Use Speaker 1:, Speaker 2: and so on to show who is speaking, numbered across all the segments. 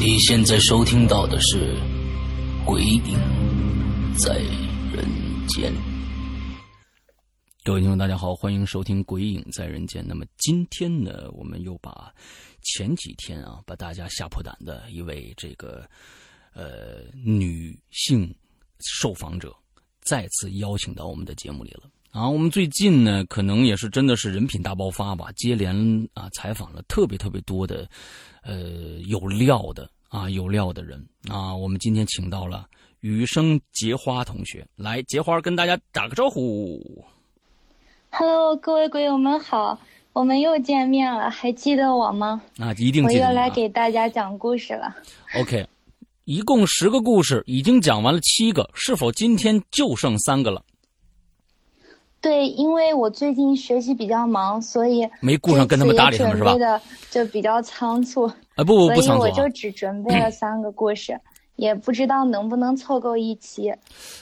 Speaker 1: 你现在收听到的是《鬼影在人间》。各位听众，大家好，欢迎收听《鬼影在人间》。那么今天呢，我们又把前几天啊，把大家吓破胆的一位这个呃女性受访者，再次邀请到我们的节目里了。啊，我们最近呢，可能也是真的是人品大爆发吧，接连啊采访了特别特别多的，呃，有料的啊有料的人啊。我们今天请到了雨生结花同学来，结花跟大家打个招呼。
Speaker 2: Hello，各位鬼友们好，我们又见面了，还记得我吗？
Speaker 1: 啊，一定
Speaker 2: 我
Speaker 1: 记得你啊
Speaker 2: 又来给大家讲故事了。
Speaker 1: OK，一共十个故事，已经讲完了七个，是否今天就剩三个了？
Speaker 2: 对，因为我最近学习比较忙，所以
Speaker 1: 没顾上跟他们搭理他们是吧
Speaker 2: 这次也准备的就比较仓促，
Speaker 1: 啊，不不不
Speaker 2: 所以
Speaker 1: 仓促
Speaker 2: 我
Speaker 1: 啊
Speaker 2: 就。只准备了三个故事，也不知道能不能凑够一期。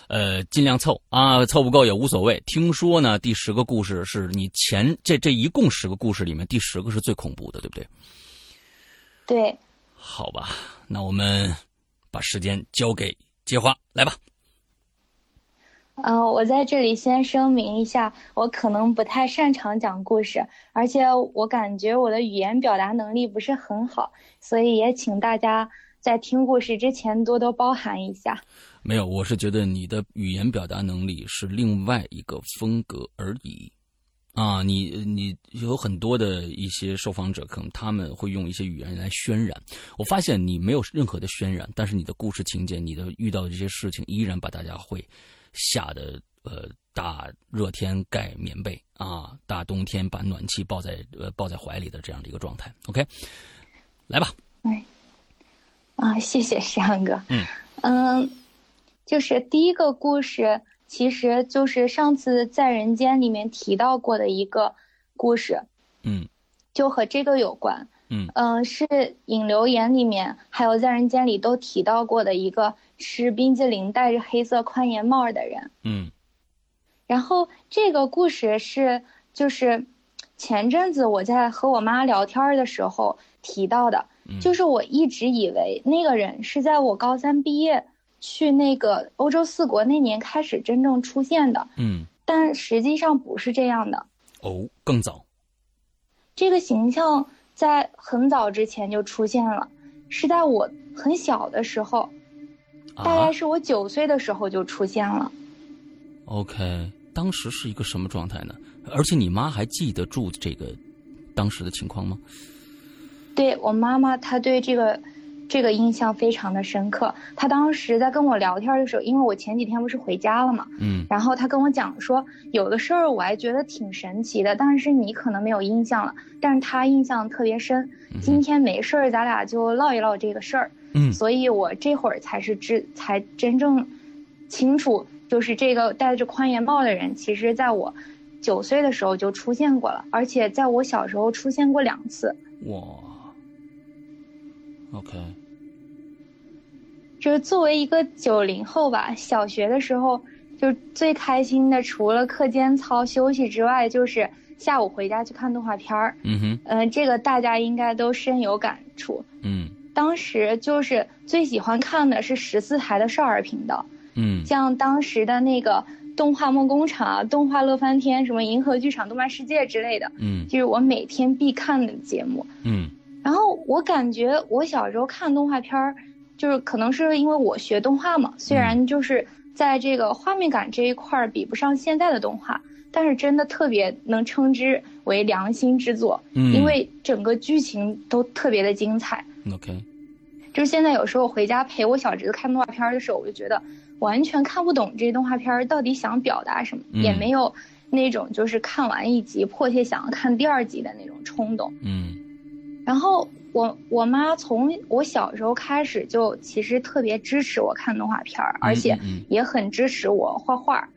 Speaker 1: 呃，尽量凑啊，凑不够也无所谓。听说呢，第十个故事是你前这这一共十个故事里面，第十个是最恐怖的，对不对？
Speaker 2: 对，
Speaker 1: 好吧，那我们把时间交给接花，来吧。
Speaker 2: 嗯、我在这里先声明一下，我可能不太擅长讲故事，而且我感觉我的语言表达能力不是很好，所以也请大家在听故事之前多多包涵一下。
Speaker 1: 没有，我是觉得你的语言表达能力是另外一个风格而已。啊，你你有很多的一些受访者，可能他们会用一些语言来渲染。我发现你没有任何的渲染，但是你的故事情节，你的遇到的这些事情，依然把大家会吓得呃大热天盖棉被啊，大冬天把暖气抱在呃抱在怀里的这样的一个状态。OK，来吧，
Speaker 2: 啊，谢谢石阳哥。
Speaker 1: 嗯
Speaker 2: 嗯就是第一个故事，其实就是上次在《人间》里面提到过的一个故事，
Speaker 1: 嗯
Speaker 2: 就和这个有关。
Speaker 1: 嗯
Speaker 2: 嗯、是引流言里面还有在《人间》里都提到过的一个吃冰激凌戴着黑色宽檐帽的人。
Speaker 1: 嗯
Speaker 2: 然后这个故事是就是前阵子我在和我妈聊天儿的时候提到的，
Speaker 1: 嗯，
Speaker 2: 就是我一直以为那个人是在我高三毕业去那个欧洲四国那年开始真正出现的，
Speaker 1: 嗯
Speaker 2: 但实际上不是这样的。
Speaker 1: 哦，更早，
Speaker 2: 这个形象在很早之前就出现了，是在我很小的时候，
Speaker 1: 啊、
Speaker 2: 大概是我九岁的时候就出现了。
Speaker 1: OK，当时是一个什么状态呢？而且你妈还记得住这个当时的情况吗？
Speaker 2: 对我妈妈，她对这个这个印象非常的深刻。她当时在跟我聊天的时候，因为我前几天不是回家了嘛，
Speaker 1: 嗯
Speaker 2: 然后她跟我讲说，有的事儿我还觉得挺神奇的，但是你可能没有印象了，但是她印象特别深。
Speaker 1: 嗯
Speaker 2: 今天没事儿，咱俩就唠一唠这个事儿。
Speaker 1: 嗯
Speaker 2: 所以我这会儿才是知，才真正清楚，就是这个戴着宽檐帽的人，其实在我九岁的时候就出现过了，而且在我小时候出现过两次。
Speaker 1: 哇，OK，
Speaker 2: 就是作为一个九零后吧，小学的时候就最开心的，除了课间操休息之外，就是下午回家去看动画片儿。
Speaker 1: 嗯哼，
Speaker 2: 嗯、这个大家应该都深有感触。
Speaker 1: 嗯
Speaker 2: 当时就是最喜欢看的是十四台的少儿频道，
Speaker 1: 嗯
Speaker 2: 像当时的那个动画梦工厂啊、动画乐翻天、什么银河剧场、动漫世界之类的，
Speaker 1: 嗯
Speaker 2: 就是我每天必看的节目。
Speaker 1: 嗯
Speaker 2: 然后我感觉我小时候看动画片儿，就是可能是因为我学动画嘛，虽然就是在这个画面感这一块儿比不上现在的动画，但是真的特别能称之为良心之作，
Speaker 1: 嗯，
Speaker 2: 因为整个剧情都特别的精彩。
Speaker 1: OK，
Speaker 2: 就是现在有时候回家陪我小侄子看动画片的时候，我就觉得完全看不懂这些动画片到底想表达什么，
Speaker 1: 嗯
Speaker 2: 也没有那种就是看完一集迫切想要看第二集的那种冲动。
Speaker 1: 嗯
Speaker 2: 然后我我妈从我小时候开始就其实特别支持我看动画片儿，而且
Speaker 1: 嗯
Speaker 2: 也很支持我画画儿，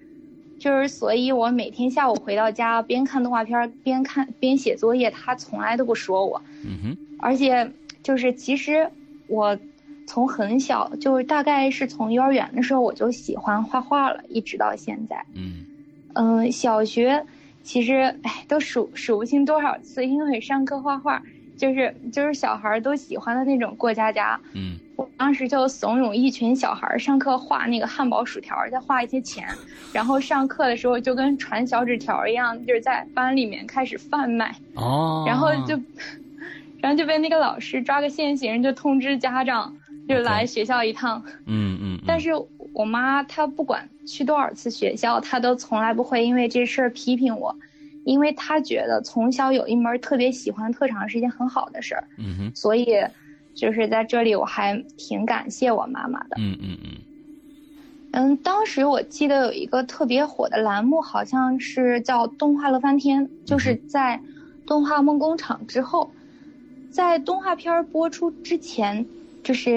Speaker 2: 就是所以我每天下午回到家边看动画片儿边看边写作业，她从来都不说我，
Speaker 1: 嗯哼，
Speaker 2: 而且就是其实我从很小就是大概是从幼儿园的时候我就喜欢画画了，一直到现在。
Speaker 1: 嗯
Speaker 2: 嗯，小学其实哎都数数不清多少次，因为上课画画，就是就是小孩儿都喜欢的那种过家家。
Speaker 1: 嗯
Speaker 2: 我当时就怂恿一群小孩儿上课画那个汉堡、薯条儿，再画一些钱，然后上课的时候就跟传小纸条儿一样，就是在班里面开始贩卖，
Speaker 1: 哦，
Speaker 2: 然后就，然后就被那个老师抓个现行，就通知家长，就
Speaker 1: OK
Speaker 2: 来学校一趟。
Speaker 1: 嗯嗯，
Speaker 2: 但是我妈她不管去多少次学校，她都从来不会因为这事儿批评我，因为她觉得从小有一门特别喜欢的特长是一件很好的事儿，
Speaker 1: 嗯哼，
Speaker 2: 所以就是在这里我还挺感谢我妈妈的。
Speaker 1: 嗯嗯嗯
Speaker 2: 嗯，当时我记得有一个特别火的栏目，好像是叫《动画乐翻天》，就是在动画梦工厂之后，在动画片儿播出之前，就是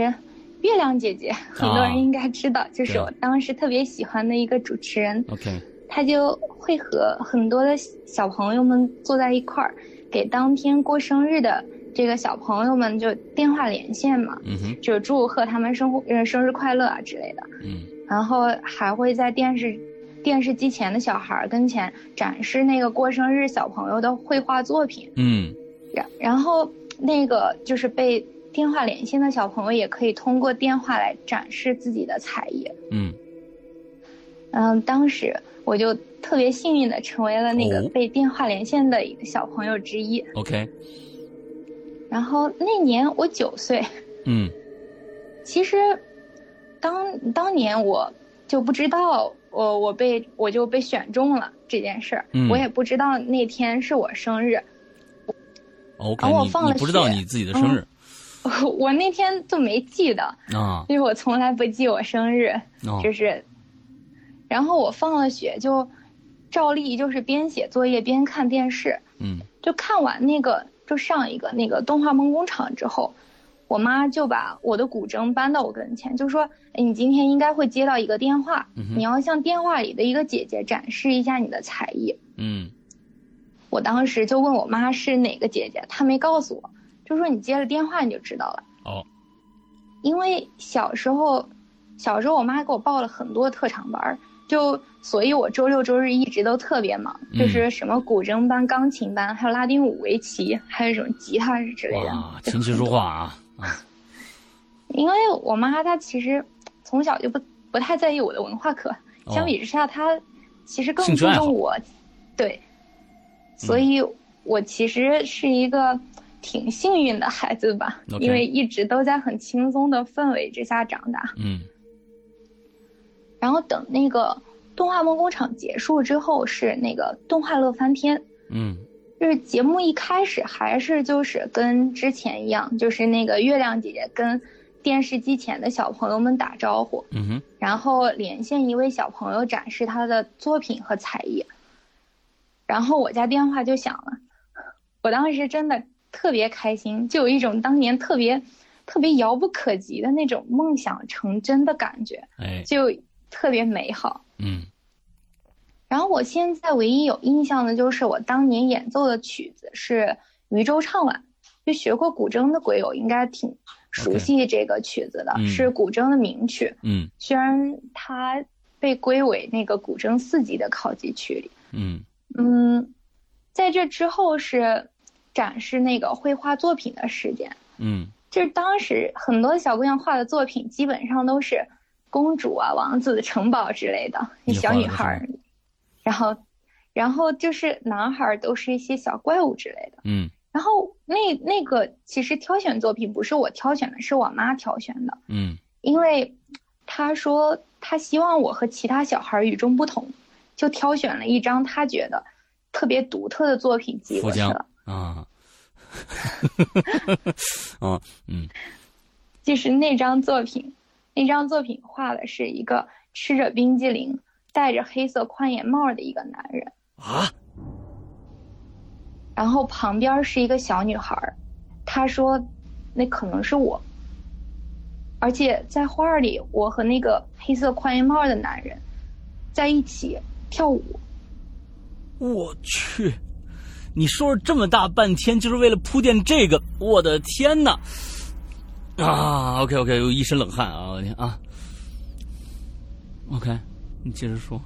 Speaker 2: 月亮姐姐，很多人应该知道，就是我当时特别喜欢的一个主持人，
Speaker 1: ，OK，
Speaker 2: 她就会和很多的小朋友们坐在一块儿，给当天过生日的这个小朋友们就电话连线嘛，
Speaker 1: 嗯哼，
Speaker 2: 就祝贺他们生活呃生日快乐啊之类的。
Speaker 1: 嗯
Speaker 2: 然后还会在电视电视机前的小孩儿跟前展示那个过生日小朋友的绘画作品，
Speaker 1: 嗯
Speaker 2: 然然后那个就是被电话连线的小朋友也可以通过电话来展示自己的才艺。
Speaker 1: 嗯
Speaker 2: 嗯，当时我就特别幸运的成为了那个
Speaker 1: 哦
Speaker 2: 被电话连线的一个小朋友之一。
Speaker 1: ，OK，
Speaker 2: 然后那年我九岁，
Speaker 1: 嗯
Speaker 2: 其实当当年我就不知道我我被我就被选中了这件事儿，
Speaker 1: 嗯
Speaker 2: 我也不知道那天是我生日，
Speaker 1: ，OK，
Speaker 2: 然啊后我
Speaker 1: 你
Speaker 2: 放了
Speaker 1: 你不知道
Speaker 2: 学嗯
Speaker 1: 你自己的生日
Speaker 2: 我那天就没记得，
Speaker 1: 啊，
Speaker 2: 因为我从来不记我生日，
Speaker 1: 哦
Speaker 2: 就是，然后我放了学就照例就是边写作业边看电视，
Speaker 1: 嗯
Speaker 2: 就看完那个就上一个那个动画梦工厂之后，我妈就把我的古筝搬到我跟前，就说：“哎你今天应该会接到一个电话，
Speaker 1: 嗯哼
Speaker 2: 你要向电话里的一个姐姐展示一下你的才艺。
Speaker 1: 嗯”
Speaker 2: 我当时就问我妈是哪个姐姐，她没告诉我，就说你接了电话你就知道了。
Speaker 1: 哦
Speaker 2: 因为小时候，小时候我妈给我报了很多特长班儿，就所以我周六周日一直都特别忙，
Speaker 1: 嗯
Speaker 2: 就是什么古筝班、钢琴班，还有拉丁舞、围棋，还有什么吉他之类的。
Speaker 1: 哇，琴棋书画啊啊，
Speaker 2: 因为我妈她其实从小就不不太在意我的文化课，
Speaker 1: 哦
Speaker 2: 相比之下，她其实更
Speaker 1: 兴趣
Speaker 2: 注
Speaker 1: 爱好嗯
Speaker 2: 重我，对，所以我其实是一个挺幸运的孩子吧
Speaker 1: OK
Speaker 2: 因为一直都在很轻松的氛围之下长大。
Speaker 1: 嗯
Speaker 2: 然后等那个动画梦工厂结束之后，是那个动画乐翻天。
Speaker 1: 嗯
Speaker 2: 就是节目一开始还是就是跟之前一样，就是那个月亮姐姐跟电视机前的小朋友们打招呼，
Speaker 1: 嗯哼，
Speaker 2: 然后连线一位小朋友展示他的作品和才艺。然后我家电话就响了，我当时真的特别开心，就有一种当年特别特别遥不可及的那种梦想成真的感觉，
Speaker 1: 哎
Speaker 2: 就特别美好。
Speaker 1: 嗯
Speaker 2: 然后我现在唯一有印象的就是我当年演奏的曲子是《渔舟唱晚》，就学过古筝的鬼友应该挺熟
Speaker 1: OK
Speaker 2: 悉这个曲子的
Speaker 1: 嗯
Speaker 2: 是古筝的名曲。
Speaker 1: 嗯
Speaker 2: 虽然它被归为那个古筝四级的考级曲里，
Speaker 1: 嗯
Speaker 2: 嗯，在这之后是展示那个绘画作品的时间。
Speaker 1: 嗯
Speaker 2: 就是当时很多小姑娘画的作品，基本上都是公主啊、王子、城堡之类的
Speaker 1: 你画
Speaker 2: 小
Speaker 1: 的
Speaker 2: 女孩儿，然后，然后就是男孩儿都是一些小怪物之类的。
Speaker 1: 嗯
Speaker 2: 然后那那个其实挑选作品不是我挑选的，是我妈挑选的，
Speaker 1: 嗯
Speaker 2: 因为她说她希望我和其他小孩儿与众不同，就挑选了一张她觉得特别独特的作品寄
Speaker 1: 富
Speaker 2: 过去
Speaker 1: 江
Speaker 2: 了。
Speaker 1: 啊，啊，嗯，
Speaker 2: 就是那张作品，那张作品画的是一个吃着冰激凌、戴着黑色宽檐帽的一个男人
Speaker 1: 啊，
Speaker 2: 然后旁边是一个小女孩，她说那可能是我，而且在画里我和那个黑色宽檐帽的男人在一起跳舞。
Speaker 1: 我去，你说了这么大半天，就是为了铺垫这个？我的天哪！啊，OK OK，又一身冷汗啊！我天啊，OK，你接着说。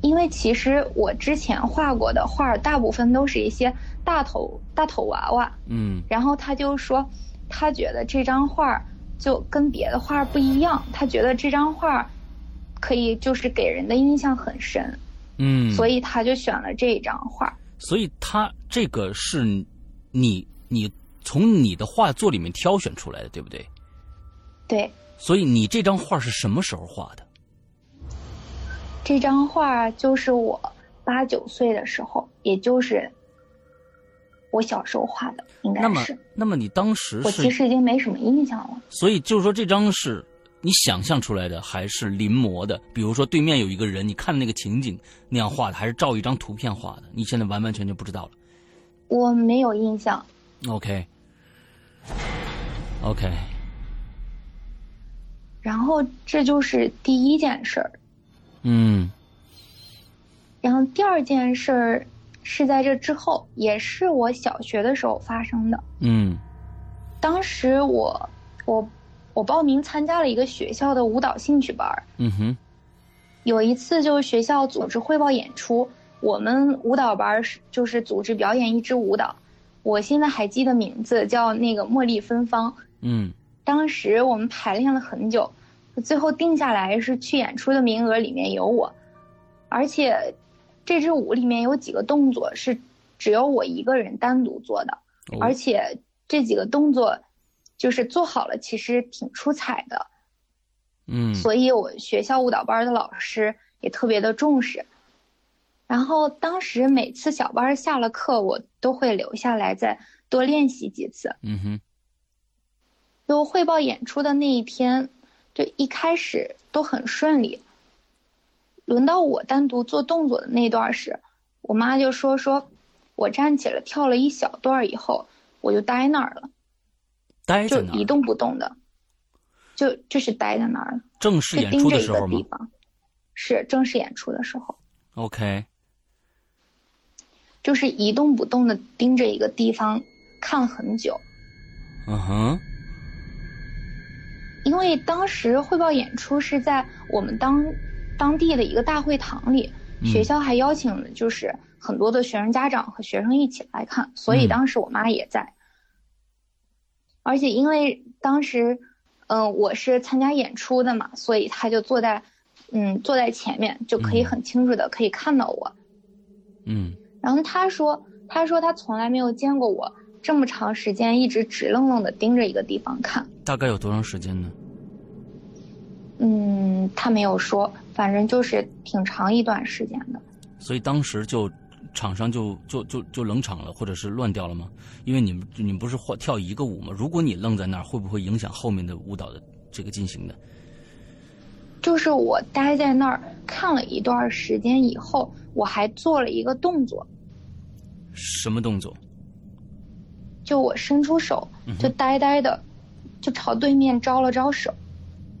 Speaker 2: 因为其实我之前画过的画，大部分都是一些大头大头娃娃。
Speaker 1: 嗯。
Speaker 2: 然后他就说，他觉得这张画就跟别的画不一样，他觉得这张画可以就是给人的印象很深。
Speaker 1: 嗯，
Speaker 2: 所以他就选了这一张画。
Speaker 1: 所以他这个是你你从你的画作里面挑选出来的，对不对？
Speaker 2: 对。
Speaker 1: 所以你这张画是什么时候画的？
Speaker 2: 这张画就是我八九岁的时候，也就是我小时候画的，应该
Speaker 1: 那么
Speaker 2: 是。
Speaker 1: 那么你当时
Speaker 2: 我其
Speaker 1: 是，
Speaker 2: 实已经没什么印象了。
Speaker 1: 所以就是说这张是你想象出来的，还是临摹的？比如说对面有一个人，你看那个情景那样画的，还是照一张图片画的？你现在完完全全不知道了。
Speaker 2: 我没有印象，
Speaker 1: OK。OK，
Speaker 2: 然后这就是第一件事儿，
Speaker 1: 嗯
Speaker 2: 然后第二件事儿是在这之后，也是我小学的时候发生的。
Speaker 1: 嗯
Speaker 2: 当时我我我报名参加了一个学校的舞蹈兴趣班儿，
Speaker 1: 嗯哼，
Speaker 2: 有一次就是学校组织汇报演出，我们舞蹈班儿是就是组织表演一支舞蹈，我现在还记得名字叫那个茉莉芬芳。
Speaker 1: 嗯
Speaker 2: 当时我们排练了很久，最后定下来是去演出的名额里面有我，而且这支舞里面有几个动作是只有我一个人单独做的，
Speaker 1: 哦
Speaker 2: 而且这几个动作就是做好了其实挺出彩的，
Speaker 1: 嗯，
Speaker 2: 所以我学校舞蹈班的老师也特别的重视。然后当时每次小班下了课，我都会留下来再多练习几次。
Speaker 1: 嗯哼，
Speaker 2: 就汇报演出的那一天，就一开始都很顺利。轮到我单独做动作的那段时，我妈就说说，我站起来跳了一小段以后，我就呆那儿了，
Speaker 1: 待
Speaker 2: 就
Speaker 1: 在那
Speaker 2: 一
Speaker 1: 儿，
Speaker 2: 动不动的，就就是呆在那儿了，
Speaker 1: 正式
Speaker 2: 就
Speaker 1: 演
Speaker 2: 盯
Speaker 1: 出
Speaker 2: 着
Speaker 1: 的
Speaker 2: 一
Speaker 1: 时
Speaker 2: 个
Speaker 1: 候吗
Speaker 2: 地方。是正式演出的时候，
Speaker 1: ？OK，
Speaker 2: 就是一动不动的盯着一个地方看很久。
Speaker 1: 嗯哼，
Speaker 2: 因为当时汇报演出是在我们当当地的一个大会堂里，
Speaker 1: 嗯
Speaker 2: 学校还邀请了就是很多的学生家长和学生一起来看，所以
Speaker 1: 嗯
Speaker 2: 当时我妈也在。而且因为当时，嗯、我是参加演出的嘛，所以她就坐在，嗯，坐在前面就可以
Speaker 1: 嗯
Speaker 2: 很清楚的可以看到我。
Speaker 1: 嗯
Speaker 2: 然后她说，她说她从来没有见过我这么长时间一直直愣愣的盯着一个地方看。
Speaker 1: 嗯大概有多长时间呢？
Speaker 2: 嗯，他没有说，反正就是挺长一段时间的。
Speaker 1: 所以当时就场上就就就就冷场了，或者是乱掉了吗？因为你们你们不是换跳一个舞吗？如果你愣在那儿，会不会影响后面的舞蹈的这个进行的？
Speaker 2: 就是我待在那儿看了一段时间以后，我还做了一个动作，
Speaker 1: 什么动作？
Speaker 2: 就我伸出手，就呆呆的，就朝对面招了招手。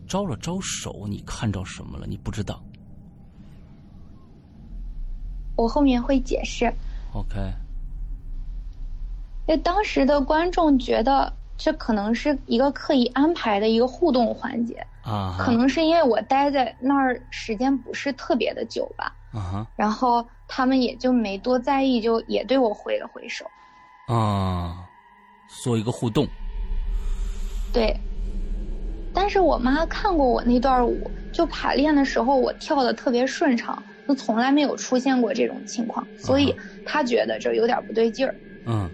Speaker 1: 招了招手，你看着什么了？你不知道。
Speaker 2: 我后面会解释。
Speaker 1: OK，
Speaker 2: 因为当时的观众觉得这可能是一个刻意安排的一个互动环节，
Speaker 1: 啊
Speaker 2: 可
Speaker 1: 哈，
Speaker 2: 能是因为我待在那儿时间不是特别的久吧，
Speaker 1: 啊哈，
Speaker 2: 然后他们也就没多在意，就也对我挥了挥手。
Speaker 1: 啊，做一个互动。
Speaker 2: 对，但是我妈看过我那段舞，就排练的时候我跳的特别顺畅，就从来没有出现过这种情况，所以她觉得这有点不对劲儿。
Speaker 1: 嗯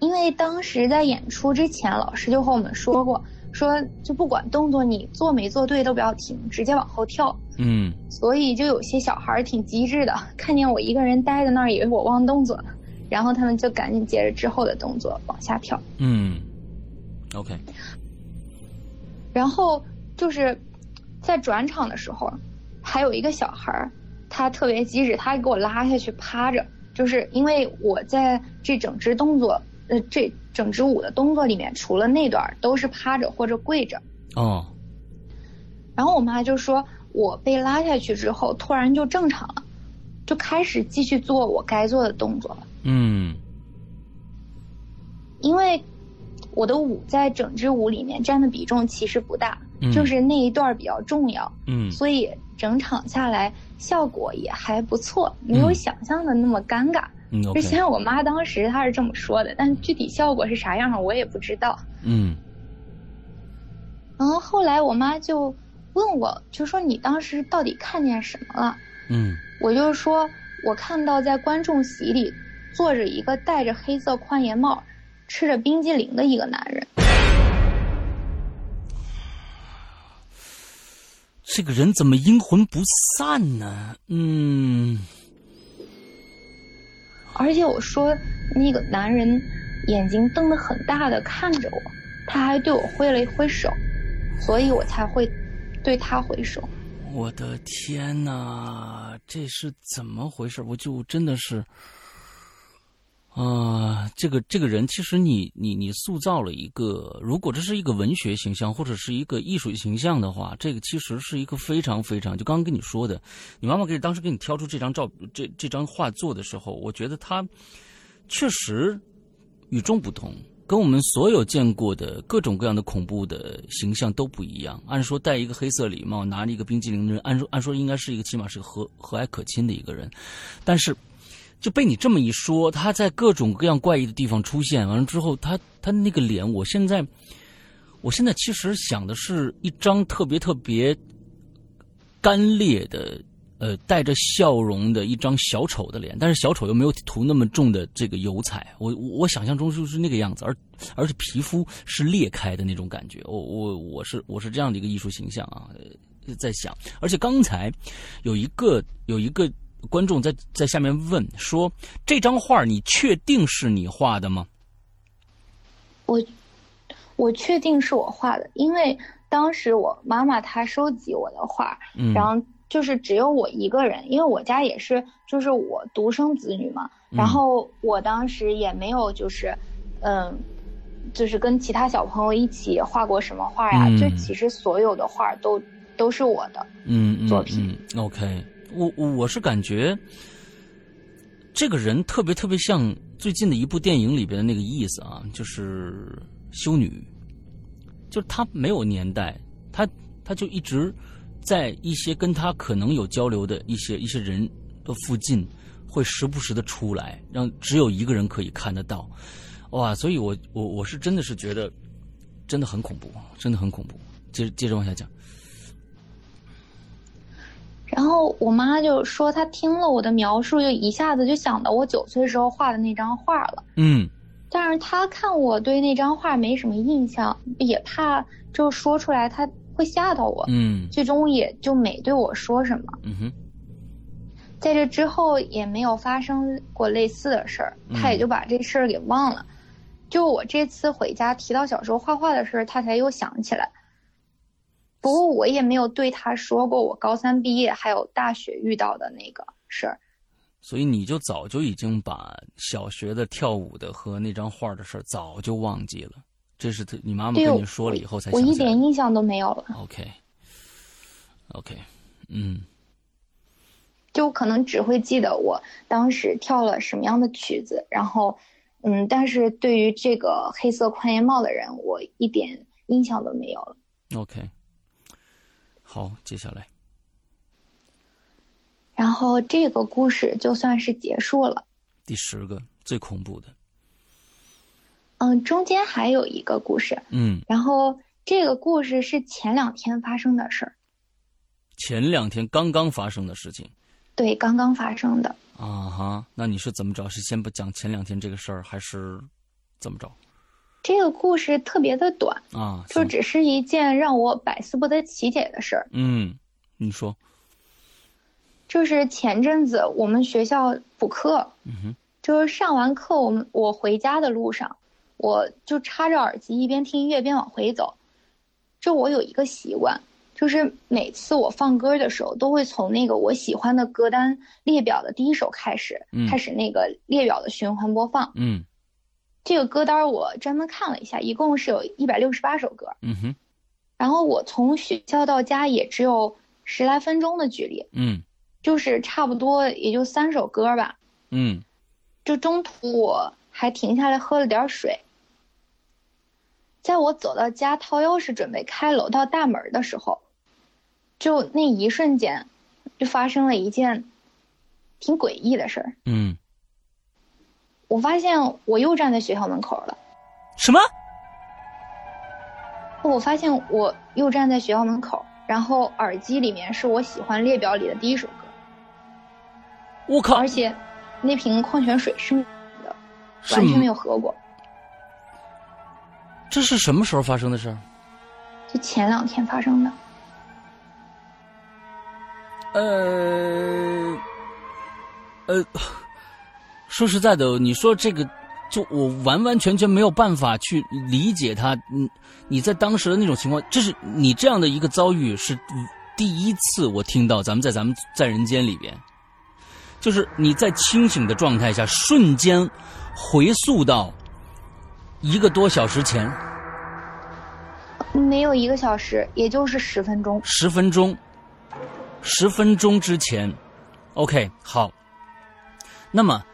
Speaker 2: 因为当时在演出之前，老师就和我们说过，说就不管动作你做没做对都不要停，直接往后跳。
Speaker 1: 嗯，
Speaker 2: 所以就有些小孩儿挺机智的，看见我一个人待在那儿，以为我忘动作了，然后他们就赶紧接着之后的动作往下跳。
Speaker 1: 嗯，OK。
Speaker 2: 然后就是在转场的时候，还有一个小孩儿，他特别机智，他给我拉下去趴着，就是因为我在这整支动作，呃，这整支舞的动作里面，除了那段都是趴着或者跪着。
Speaker 1: 哦。
Speaker 2: 然后我妈就说，我被拉下去之后，突然就正常了，就开始继续做我该做的动作了。
Speaker 1: 嗯。
Speaker 2: 因为我的舞在整支舞里面占的比重其实不大，
Speaker 1: 嗯
Speaker 2: 就是那一段比较重要，
Speaker 1: 嗯
Speaker 2: 所以整场下来效果也还不错，没有
Speaker 1: 嗯
Speaker 2: 想象的那么尴尬。
Speaker 1: 嗯
Speaker 2: 之
Speaker 1: ，OK。
Speaker 2: 前我妈当时她是这么说的，但具体效果是啥样儿我也不知道。
Speaker 1: 嗯
Speaker 2: 然后后来我妈就问我，就说你当时到底看见什么了？
Speaker 1: 嗯
Speaker 2: 我就说我看到在观众席里坐着一个戴着黑色宽檐帽、吃着冰激凌的一个男人。
Speaker 1: 这个人怎么阴魂不散呢？嗯
Speaker 2: 而且我说那个男人眼睛瞪得很大的看着我，他还对我挥了一挥手，所以我才会对他挥手。
Speaker 1: 我的天哪，这是怎么回事？我就真的是，啊、这个这个人，其实你你你塑造了一个，如果这是一个文学形象或者是一个艺术形象的话，这个其实是一个非常非常，就刚刚跟你说的，你妈妈给当时给你挑出这张照这这张画作的时候，我觉得她确实与众不同，跟我们所有见过的各种各样的恐怖的形象都不一样。按说戴一个黑色礼帽，拿着一个冰激凌的人，按说按说应该是一个起码是个和和蔼可亲的一个人，但是就被你这么一说，他在各种各样怪异的地方出现，完了之后，他他那个脸，我现在我现在其实想的是一张特别特别呃干裂的。呃，带着笑容的一张小丑的脸，但是小丑又没有涂那么重的这个油彩，我我我想象中就是那个样子，而而且皮肤是裂开的那种感觉。我我我是我是这样的一个艺术形象啊，呃在想。而且刚才有一个有一个观众在在下面问说，这张画你确定是你画的吗？
Speaker 2: 我我确定是我画的，因为当时我妈妈她收集我的画，
Speaker 1: 嗯，
Speaker 2: 然后就是只有我一个人，因为我家也是就是我独生子女嘛，
Speaker 1: 嗯
Speaker 2: 然后我当时也没有就是，嗯，就是跟其他小朋友一起画过什么画呀，
Speaker 1: 嗯
Speaker 2: 就其实所有的画都都是我的，
Speaker 1: 嗯嗯
Speaker 2: 作品
Speaker 1: 嗯 OK，我我我是感觉这个人特别特别像最近的一部电影里边的那个意思啊，就是修女，就是她没有年代，她她就一直在一些跟她可能有交流的一些一些人的附近，会时不时的出来，让只有一个人可以看得到。哇，所以我我我是真的是觉得真的很恐怖，真的很恐怖。接接着往下讲，
Speaker 2: 然后我妈就说她听了我的描述，就一下子就想到我九岁时候画的那张画了。
Speaker 1: 嗯
Speaker 2: 但是她看我对那张画没什么印象，也怕就说出来她会吓到我，
Speaker 1: 嗯。
Speaker 2: 最终也就没对我说什么。
Speaker 1: 嗯哼，
Speaker 2: 在这之后也没有发生过类似的事儿，
Speaker 1: 嗯
Speaker 2: 他也就把这事儿给忘了。就我这次回家提到小时候画画的事儿，他才又想起来。不过我也没有对他说过我高三毕业还有大学遇到的那个事儿。
Speaker 1: 所以你就早就已经把小学的跳舞的和那张画的事儿早就忘记了，这是他你妈妈
Speaker 2: 对
Speaker 1: 跟
Speaker 2: 我
Speaker 1: 你说了以后才
Speaker 2: 我
Speaker 1: 想
Speaker 2: 一
Speaker 1: 起来
Speaker 2: 点印象都没有了，
Speaker 1: OK OK，嗯
Speaker 2: 就可能只会记得我当时跳了什么样的曲子，然后，嗯，但是对于这个黑色宽檐帽的人，我一点印象都没有了。
Speaker 1: OK，好，接下来
Speaker 2: 然后这个故事就算是结束了。
Speaker 1: 第十个最恐怖的，
Speaker 2: 嗯，中间还有一个故事，
Speaker 1: 嗯，
Speaker 2: 然后这个故事是前两天发生的事儿，
Speaker 1: 前两天刚刚发生的事情
Speaker 2: 对，刚刚发生的。
Speaker 1: 啊哈，那你是怎么着？是先不讲前两天这个事儿，还是怎么着
Speaker 2: 这个故事特别的短，
Speaker 1: 啊？
Speaker 2: 就
Speaker 1: 行
Speaker 2: 只是一件让我百思不得其解的事儿。
Speaker 1: 嗯，你说，
Speaker 2: 就是前阵子我们学校补课，
Speaker 1: 嗯哼，
Speaker 2: 就是上完课，我们我回家的路上，我就插着耳机一边听音乐边往回走。这我有一个习惯，就是每次我放歌的时候，都会从那个我喜欢的歌单列表的第一首开始，
Speaker 1: 嗯
Speaker 2: 开始那个列表的循环播放。
Speaker 1: 嗯
Speaker 2: 这个歌单我专门看了一下，一共是有一百六十八首歌。
Speaker 1: 嗯哼
Speaker 2: 然后我从学校到家也只有十来分钟的距离，
Speaker 1: 嗯
Speaker 2: 就是差不多也就三首歌吧。
Speaker 1: 嗯
Speaker 2: 这中途我还停下来喝了点儿水。在我走到家掏钥匙准备开楼道大门的时候，就那一瞬间，就发生了一件挺诡异的事儿。
Speaker 1: 嗯，
Speaker 2: 我发现我又站在学校门口了，
Speaker 1: 什么？
Speaker 2: 我发现我又站在学校门口，然后耳机里面是我喜欢列表里的第一首歌，
Speaker 1: 我靠
Speaker 2: 而，且那瓶矿泉水是的，
Speaker 1: 是
Speaker 2: 完全没
Speaker 1: 吗
Speaker 2: 有喝过。
Speaker 1: 这是什么时候发生的事儿？
Speaker 2: 就前两天发生的，
Speaker 1: 呃，呃，说实在的，你说这个，就我完完全全没有办法去理解他。你你在当时的那种情况，这是你这样的一个遭遇是第一次我听到，咱们在咱们在人间里边，就是你在清醒的状态下，瞬间回溯到一个多小时前
Speaker 2: 没有一个小时，也就是十分钟。
Speaker 1: 十分钟，十分钟之前，OK，好。那么，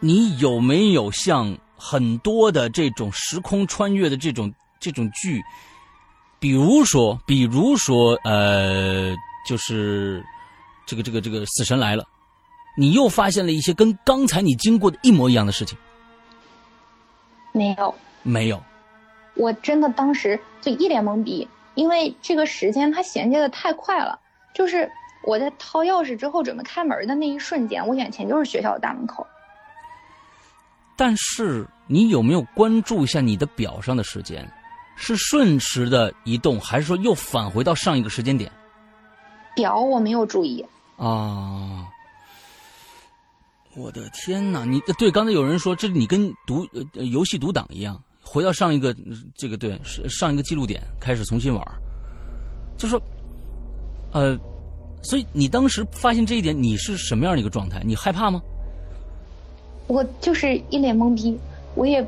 Speaker 1: 你有没有像很多的这种时空穿越的这种这种剧，比如说，比如说，呃，就是这个这个这个《死神来了》，你又发现了一些跟刚才你经过的一模一样的事情？
Speaker 2: 没有，
Speaker 1: 没有，
Speaker 2: 我真的当时就一脸懵逼，因为这个时间它衔接的太快了。就是我在掏钥匙之后准备开门的那一瞬间，我眼前就是学校的大门口。
Speaker 1: 但是你有没有关注一下你的表上的时间？是瞬时的移动，还是说又返回到上一个时间点
Speaker 2: 表我没有注意，
Speaker 1: 啊？我的天哪！你呃对刚才有人说，这你跟读呃呃游戏读档一样，回到上一个呃这个对是上一个记录点开始重新玩儿，就说，呃，所以你当时发现这一点，你是什么样的一个状态？你害怕吗？
Speaker 2: 我就是一脸懵逼，我也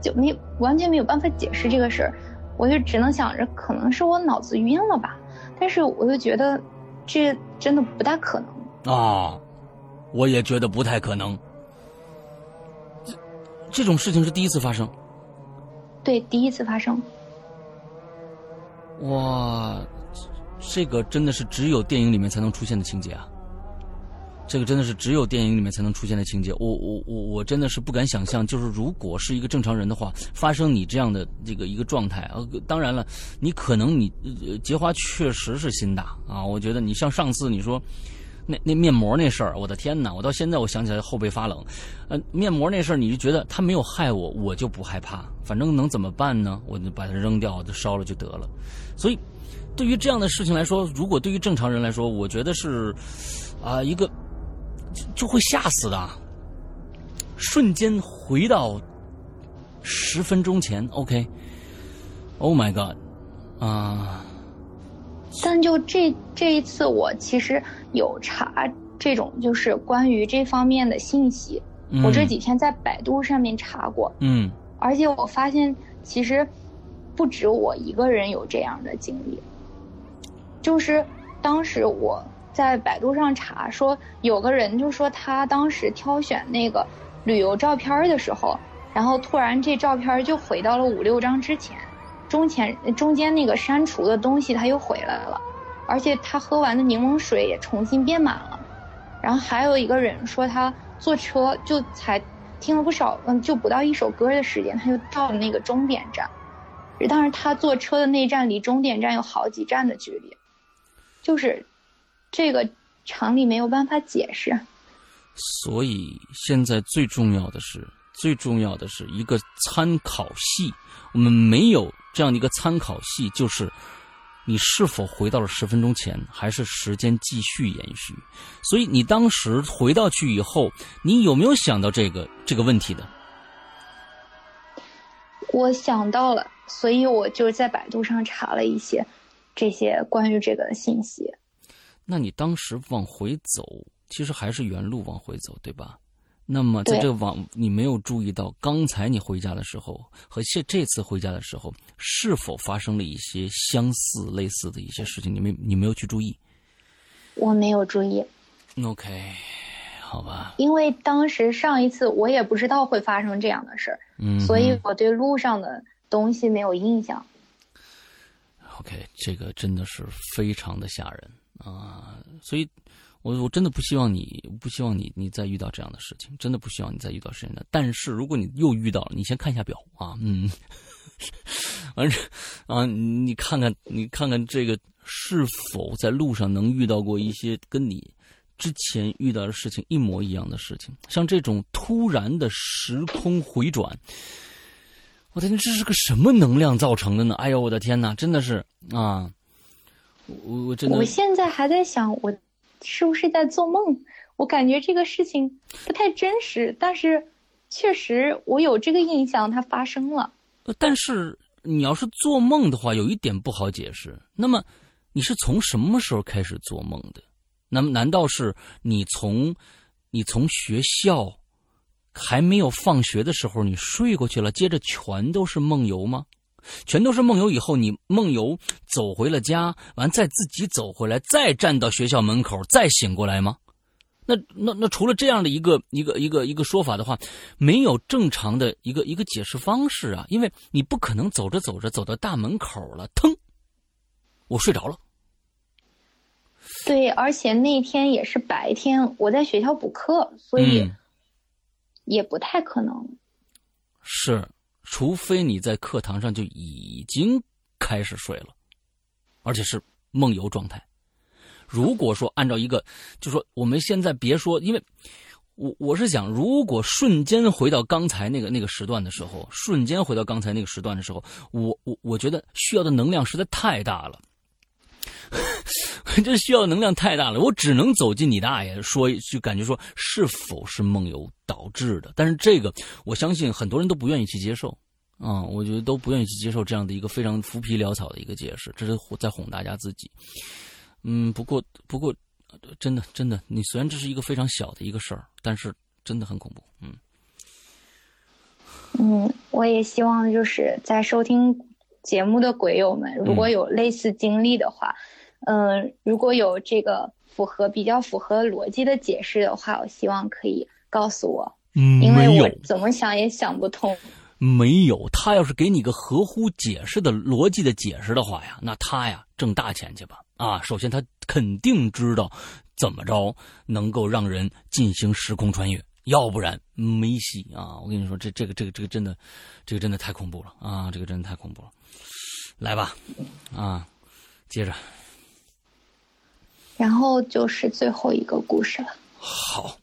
Speaker 2: 就没完全没有办法解释这个事儿，我就只能想着可能是我脑子晕了吧，但是我又觉得这真的不大可能。
Speaker 1: 啊，我也觉得不太可能。这这种事情是第一次发生。
Speaker 2: 对，第一次发生，
Speaker 1: 哇，这个真的是只有电影里面才能出现的情节啊！这个真的是只有电影里面才能出现的情节。我我我我真的是不敢想象，就是如果是一个正常人的话，发生你这样的这个一个状态啊。当然了，你可能你呃杰花确实是心大啊。我觉得你像上次你说。那 那面膜那事儿，我的天哪！我到现在我想起来后背发冷。呃，面膜那事儿，你就觉得他没有害我，我就不害怕。反正能怎么办呢？我就把它扔掉，就烧了就得了。所以，对于这样的事情来说，如果对于正常人来说，我觉得是啊、一个就就会吓死的。啊瞬间回到十分钟前，OK，Oh、my god，啊、
Speaker 2: 但就这这一次，我其实有查这种就是关于这方面的信息，
Speaker 1: 嗯
Speaker 2: 我这几天在百度上面查过，
Speaker 1: 嗯
Speaker 2: 而且我发现其实不止我一个人有这样的经历，就是当时我在百度上查说，有个人就说他当时挑选那个旅游照片儿的时候，然后突然这照片儿就回到了五六张之前，中前中间那个删除的东西他又回来了，而且他喝完的柠檬水也重新变满了。然后还有一个人说他坐车就才听了不少，嗯，就不到一首歌的时间，他就到了那个终点站。但是他坐车的那站离终点站有好几站的距离，就是这个常理没有办法解释。
Speaker 1: 所以现在最重要的是，最重要的是一个参考系。我们没有这样的一个参考系，就是你是否回到了十分钟前，还是时间继续延续？所以你当时回到去以后，你有没有想到这个这个问题的？
Speaker 2: 我想到了，所以我就在百度上查了一些这些关于这个信息。
Speaker 1: 那你当时往回走，其实还是原路往回走，对吧？那么在这个往，你没有注意到刚才你回家的时候和现这次回家的时候是否发生了一些相似类似的一些事情？你没你没有去注意？
Speaker 2: 我没有注意。
Speaker 1: OK，好吧。
Speaker 2: 因为当时上一次我也不知道会发生这样的事儿，
Speaker 1: 嗯，
Speaker 2: 所以我对路上的东西没有印象。
Speaker 1: OK，这个真的是非常的吓人啊、呃！所以。我我真的不希望你，不希望你，你再遇到这样的事情，真的不希望你再遇到这样的。但是如果你又遇到了，你先看一下表啊，嗯， 完啊，你看看，你看看这个是否在路上能遇到过一些跟你之前遇到的事情一模一样的事情，像这种突然的时空回转。我的天，这是个什么能量造成的呢？哎呦，我的天哪，真的是啊，我我真的，
Speaker 2: 我现在还在想我。是不是在做梦？我感觉这个事情不太真实，但是确实我有这个印象，它发生了。
Speaker 1: 呃但是你要是做梦的话，有一点不好解释。那么你是从什么时候开始做梦的？那么难道是你从你从学校还没有放学的时候你睡过去了，接着全都是梦游吗？全都是梦游以后，你梦游走回了家，完再自己走回来，再站到学校门口，再醒过来吗？那那那除了这样的一个一个一个一个说法的话，没有正常的一个一个解释方式啊，因为你不可能走着走着走到大门口了，腾，我睡着了。
Speaker 2: 对，而且那天也是白天，我在学校补课，所以
Speaker 1: 嗯
Speaker 2: 也不太可能。嗯、
Speaker 1: 是。除非你在课堂上就已经开始睡了，而且是梦游状态。如果说按照一个，就说我们现在别说，因为我我是想，如果瞬间回到刚才那个那个时段的时候，瞬间回到刚才那个时段的时候，我我我觉得需要的能量实在太大了。 这需要能量太大了，我只能走进你大爷，说就感觉说是否是梦游导致的？但是这个我相信很多人都不愿意去接受啊、嗯，我觉得都不愿意去接受这样的一个非常浮皮潦草的一个解释，这是在哄大家自己。嗯，不过不过，真的真的，你虽然这是一个非常小的一个事儿，但是真的很恐怖，嗯。
Speaker 2: 嗯，我也希望就是在收听节目的鬼友们，如果
Speaker 1: 嗯
Speaker 2: 有类似经历的话。嗯嗯，如果有这个符合比较符合逻辑的解释的话，我希望可以告诉我，
Speaker 1: 嗯，
Speaker 2: 因为我怎么想也想不通。
Speaker 1: 没有，他要是给你个合乎解释的逻辑的解释的话呀，那他呀挣大钱去吧。啊，首先他肯定知道怎么着能够让人进行时空穿越，要不然没戏啊！我跟你说，这这个这个这个真的，这个真的太恐怖了啊！这个真的太恐怖了。来吧，啊，接着。
Speaker 2: 然后就是最后一个故事了。
Speaker 1: 好，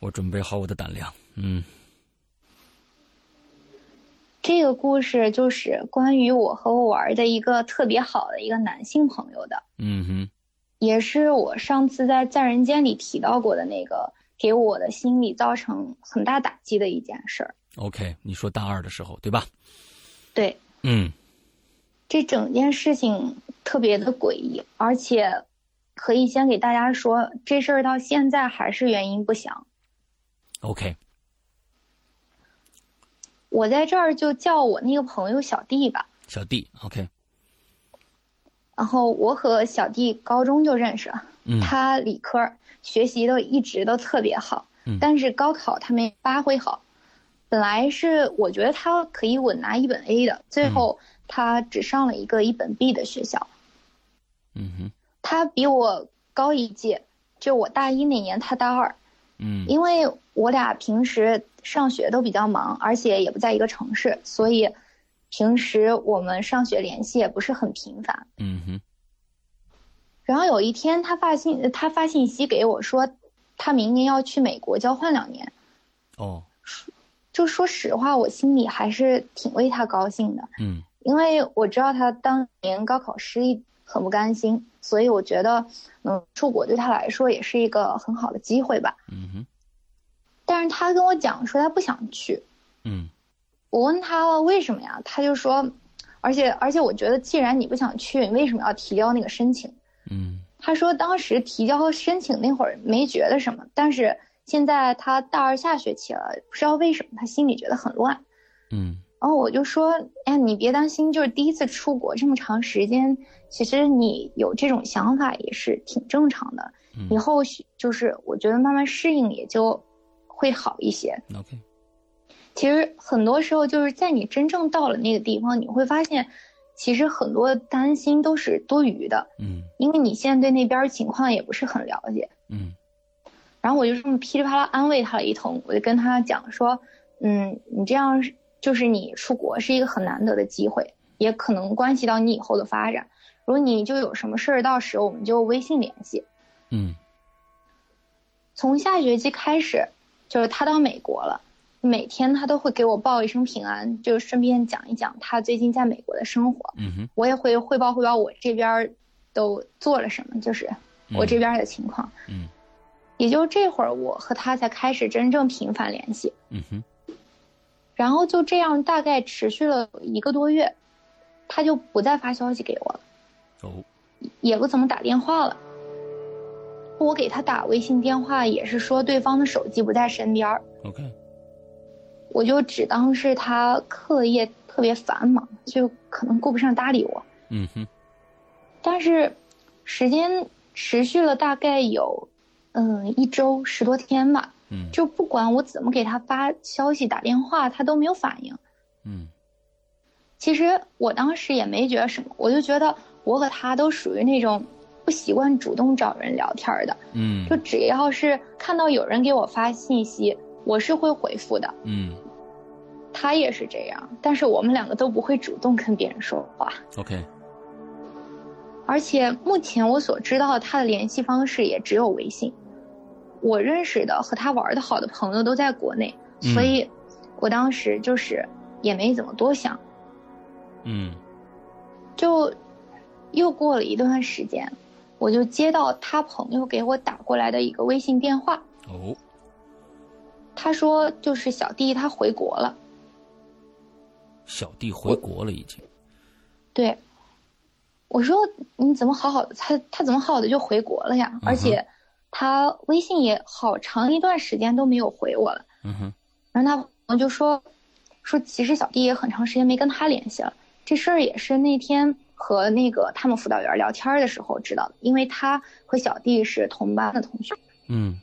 Speaker 1: 我准备好我的胆量。嗯，
Speaker 2: 这个故事就是关于我和我玩的一个特别好的一个男性朋友的。
Speaker 1: 嗯哼，
Speaker 2: 也是我上次在《在人间》里提到过的那个，给我的心理造成很大打击的一件事儿。
Speaker 1: OK，你说大二的时候对吧？
Speaker 2: 对。
Speaker 1: 嗯，
Speaker 2: 这整件事情特别的诡异，而且。可以先给大家说，这事儿到现在还是原因不详。
Speaker 1: OK，
Speaker 2: 我在这儿就叫我那个朋友小弟吧。
Speaker 1: 小弟，OK。
Speaker 2: 然后我和小弟高中就认识了，
Speaker 1: 嗯、
Speaker 2: 他理科学习都一直都特别好，
Speaker 1: 嗯、
Speaker 2: 但是高考他没发挥好。本来是我觉得他可以稳拿一本 A 的，最后他只上了一个一本 B 的学校。
Speaker 1: 嗯哼。
Speaker 2: 他比我高一届，就我大一那年，他大二。
Speaker 1: 嗯，
Speaker 2: 因为我俩平时上学都比较忙，而且也不在一个城市，所以平时我们上学联系也不是很频繁。
Speaker 1: 嗯哼。
Speaker 2: 然后有一天，他发信呃他发信息给我说，他明年要去美国交换两年。
Speaker 1: 哦。
Speaker 2: 就说实话，我心里还是挺为他高兴的。
Speaker 1: 嗯。
Speaker 2: 因为我知道他当年高考失利很不甘心，所以我觉得，嗯，出国对他来说也是一个很好的机会吧。
Speaker 1: 嗯哼，
Speaker 2: 但是他跟我讲说他不想去，
Speaker 1: 嗯
Speaker 2: 我问他为什么呀，他就说，而且而且我觉得既然你不想去，你为什么要提交那个申请？
Speaker 1: 嗯
Speaker 2: 他说当时提交申请那会儿没觉得什么，但是现在他大二下学期了，不知道为什么他心里觉得很乱。
Speaker 1: 嗯
Speaker 2: 然后我就说，哎，你别担心，就是第一次出国这么长时间，其实你有这种想法也是挺正常的。
Speaker 1: 嗯
Speaker 2: 以后许就是我觉得慢慢适应也就会好一些。
Speaker 1: ，OK，
Speaker 2: 其实很多时候就是在你真正到了那个地方，你会发现，其实很多担心都是多余的，
Speaker 1: 嗯
Speaker 2: 因为你现在对那边儿情况也不是很了解。
Speaker 1: 嗯
Speaker 2: 然后我就这么噼里啪啦安慰他了一通，我就跟他讲说，嗯，你这样是就是你出国是一个很难得的机会，也可能关系到你以后的发展。如果你就有什么事儿，到时候我们就微信联系。
Speaker 1: 嗯
Speaker 2: 从下学期开始，就是他到美国了，每天他都会给我报一声平安，就顺便讲一讲他最近在美国的生活。
Speaker 1: 嗯哼，
Speaker 2: 我也会汇报汇报我这边儿都做了什么，就是我这边儿的情况。
Speaker 1: 嗯
Speaker 2: 也就这会儿，我和他才开始真正频繁联系。
Speaker 1: 嗯哼，
Speaker 2: 然后就这样大概持续了一个多月，他就不再发消息给我了，
Speaker 1: 哦，
Speaker 2: 也不怎么打电话了。我给他打微信电话也是说对方的手机不在身边儿，
Speaker 1: OK，
Speaker 2: 我就只当是他课业特别繁忙，就可能顾不上搭理我。
Speaker 1: 嗯哼，
Speaker 2: 但是时间持续了大概有，嗯，一周十多天吧，
Speaker 1: 嗯
Speaker 2: 就不管我怎么给他发消息、打电话，他都没有反应。
Speaker 1: 嗯
Speaker 2: 其实我当时也没觉得什么，我就觉得我和他都属于那种不习惯主动找人聊天儿的，
Speaker 1: 嗯
Speaker 2: 就只要是看到有人给我发信息，我是会回复的。
Speaker 1: 嗯
Speaker 2: 他也是这样，但是我们两个都不会主动跟别人说话，
Speaker 1: ，OK，
Speaker 2: 而且目前我所知道他的联系方式也只有微信。我认识的和他玩的好的朋友都在国内，
Speaker 1: 嗯
Speaker 2: 所以我当时就是也没怎么多想，
Speaker 1: 嗯
Speaker 2: 就又过了一段时间，我就接到他朋友给我打过来的一个微信电话，
Speaker 1: 哦，
Speaker 2: 他说就是小弟他回国了，
Speaker 1: 小弟回国了已经，
Speaker 2: 对。我说你怎么好好的，他他怎么好好的就回国了呀？
Speaker 1: 嗯哼
Speaker 2: 而且他微信也好长一段时间都没有回我了。
Speaker 1: 嗯哼，
Speaker 2: 然后他朋友就说说其实小弟也很长时间没跟他联系了，这事儿也是那天和那个他们辅导员聊天的时候知道的，因为他和小弟是同班的同学。
Speaker 1: 嗯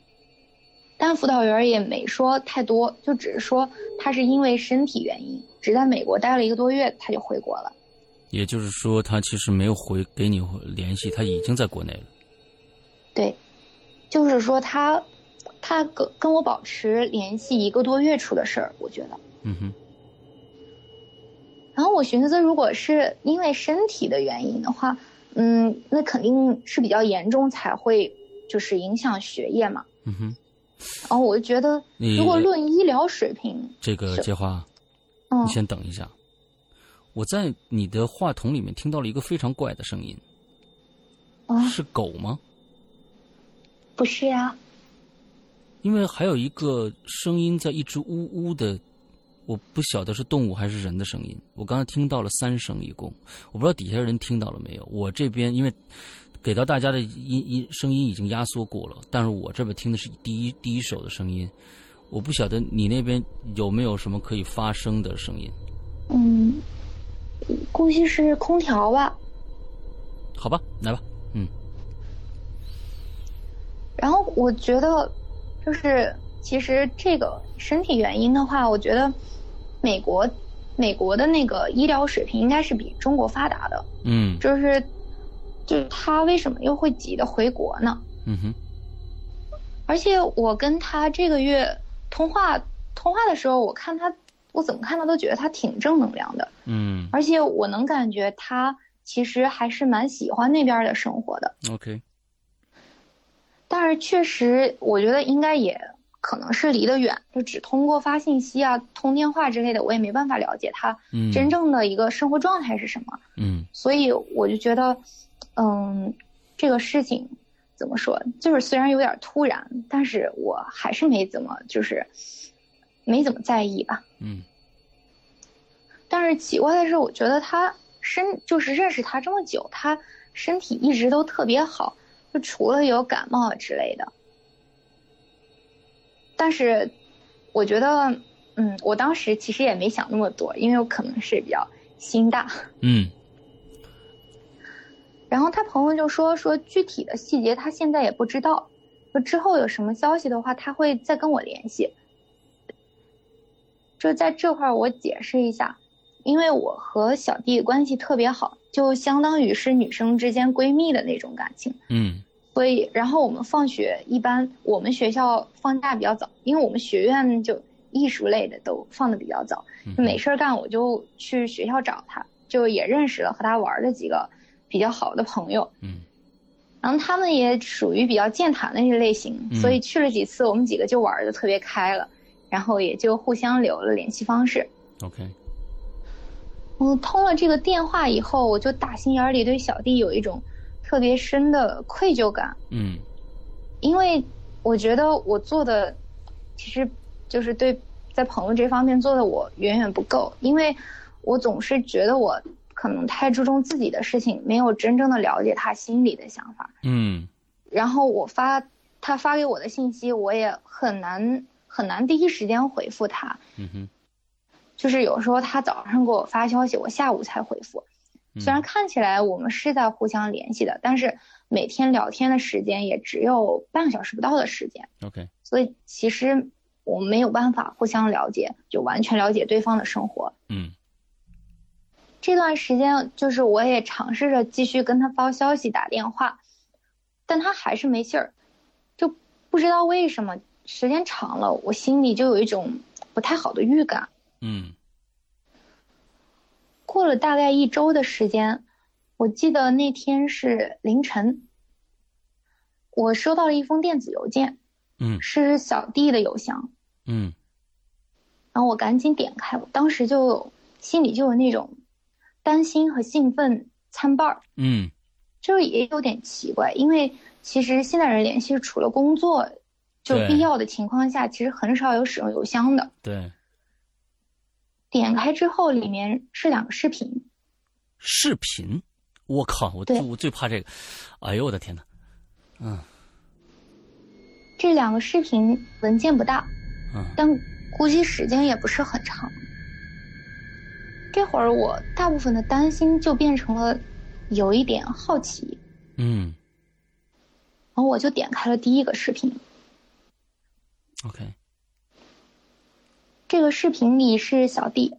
Speaker 2: 但辅导员也没说太多，就只是说他是因为身体原因，只在美国待了一个多月，他就回国了。
Speaker 1: 也就是说，他其实没有回给你联系，他已经在国内了。
Speaker 2: 对，就是说他，他跟跟我保持联系一个多月出的事儿，我觉得。
Speaker 1: 嗯哼，
Speaker 2: 然后我寻思，如果是因为身体的原因的话，嗯，那肯定是比较严重才会就是影响学业嘛。
Speaker 1: 嗯哼，
Speaker 2: 然后我就觉得，
Speaker 1: 你
Speaker 2: 如果论医疗水平，
Speaker 1: 这个
Speaker 2: 是
Speaker 1: 接话，
Speaker 2: 嗯
Speaker 1: 你，先等一下，我在你的话筒里面听到了一个非常怪的声音，
Speaker 2: 啊，
Speaker 1: 是狗吗？
Speaker 2: 不是呀、
Speaker 1: 因为还有一个声音在一直呜呜的，我不晓得是动物还是人的声音。我刚才听到了三声一共，我不知道底下人听到了没有。我这边因为给到大家的音音声音已经压缩过了，但是我这边听的是第一第一手的声音。我不晓得你那边有没有什么可以发声的声音？
Speaker 2: 嗯，估计是空调吧。
Speaker 1: 好吧，来吧，嗯
Speaker 2: 然后我觉得，就是其实这个身体原因的话，我觉得美国美国的那个医疗水平应该是比中国发达的。
Speaker 1: 嗯
Speaker 2: 就是，就是他为什么又会急着回国呢？
Speaker 1: 嗯哼
Speaker 2: 而且我跟他这个月通话通话的时候，我看他，我怎么看他都觉得他挺正能量的，
Speaker 1: 嗯
Speaker 2: 而且我能感觉他其实还是蛮喜欢那边儿的生活的。
Speaker 1: ，OK，
Speaker 2: 但是确实，我觉得应该也可能是离得远，就只通过发信息啊、通电话之类的，我也没办法了解他真正的一个生活状态是什么。
Speaker 1: 嗯，
Speaker 2: 所以我就觉得，嗯，这个事情怎么说，就是虽然有点突然，但是我还是没怎么就是没怎么在意吧。
Speaker 1: 嗯，
Speaker 2: 但是奇怪的是，我觉得他身就是认识他这么久，他身体一直都特别好，就除了有感冒之类的。但是，我觉得，嗯，我当时其实也没想那么多，因为我可能是比较心大。
Speaker 1: 嗯，
Speaker 2: 然后他朋友就说说具体的细节他现在也不知道，说之后有什么消息的话他会再跟我联系。这在这块儿我解释一下，因为我和小弟关系特别好，就相当于是女生之间闺蜜的那种感情。
Speaker 1: 嗯，
Speaker 2: 所以，然后我们放学一般，我们学校放假比较早，因为我们学院就艺术类的都放的比较早，
Speaker 1: 嗯
Speaker 2: 没事儿干我就去学校找他，就也认识了和他玩的几个比较好的朋友，
Speaker 1: 嗯，
Speaker 2: 然后他们也属于比较健谈的那类型，
Speaker 1: 嗯
Speaker 2: 所以去了几次，我们几个就玩的特别开了，然后也就互相留了联系方式。
Speaker 1: ，OK，
Speaker 2: 嗯，通了这个电话以后，我就打心眼儿里对小弟有一种特别深的愧疚感。
Speaker 1: 嗯
Speaker 2: 因为我觉得我做的其实就是对在朋友这方面做的我远远不够，因为我总是觉得我可能太注重自己的事情，没有真正的了解他心里的想法。
Speaker 1: 嗯
Speaker 2: 然后我发他发给我的信息，我也很难很难第一时间回复他，
Speaker 1: 嗯哼，
Speaker 2: 就是有时候他早上给我发消息，我下午才回复。
Speaker 1: 嗯
Speaker 2: 虽然看起来我们是在互相联系的，但是每天聊天的时间也只有半个小时不到的时间。
Speaker 1: OK，
Speaker 2: 所以其实我没有办法互相了解，就完全了解对方的生活。
Speaker 1: 嗯
Speaker 2: 这段时间就是我也尝试着继续跟他发消息、打电话，但他还是没信儿，就不知道为什么。时间长了，我心里就有一种不太好的预感。
Speaker 1: 嗯
Speaker 2: 过了大概一周的时间，我记得那天是凌晨，我收到了一封电子邮件，
Speaker 1: 嗯
Speaker 2: 是小弟的邮箱。
Speaker 1: 嗯
Speaker 2: 然后我赶紧点开，我当时就心里就有那种担心和兴奋参半儿，
Speaker 1: 嗯
Speaker 2: 就是也有点奇怪，因为其实现代人联系除了工作，就
Speaker 1: 对
Speaker 2: 必要的情况下，其实很少有使用邮箱的。
Speaker 1: 对，
Speaker 2: 点开之后，里面是两个视频，
Speaker 1: 视频，我靠，我
Speaker 2: 对
Speaker 1: 最我最怕这个，哎呦我的天哪，嗯
Speaker 2: 这两个视频文件不大，
Speaker 1: 嗯
Speaker 2: 但估计时间也不是很长。这会儿我大部分的担心就变成了有一点好奇，
Speaker 1: 嗯
Speaker 2: 然后我就点开了第一个视频。
Speaker 1: ，OK，
Speaker 2: 这个视频里是小弟，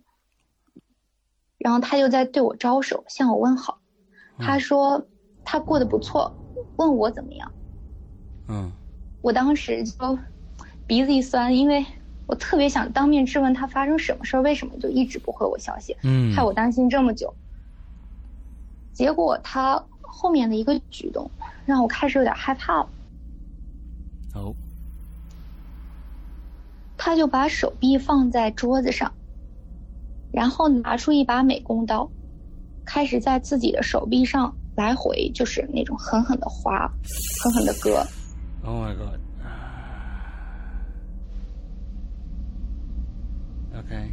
Speaker 2: 然后他就在对我招手，向我问好。他说他过得不错，问我怎么样。
Speaker 1: 嗯
Speaker 2: 我当时就鼻子一酸，因为我特别想当面质问他发生什么事儿，为什么就一直不回我消息，
Speaker 1: 嗯，
Speaker 2: 害我担心这么久。结果他后面的一个举动让我开始有点害怕了，
Speaker 1: 哦，
Speaker 2: 他就把手臂放在桌子上，然后拿出一把美工刀，开始在自己的手臂上来回就是那种狠狠的划，狠狠的割。
Speaker 1: Oh my god. OK，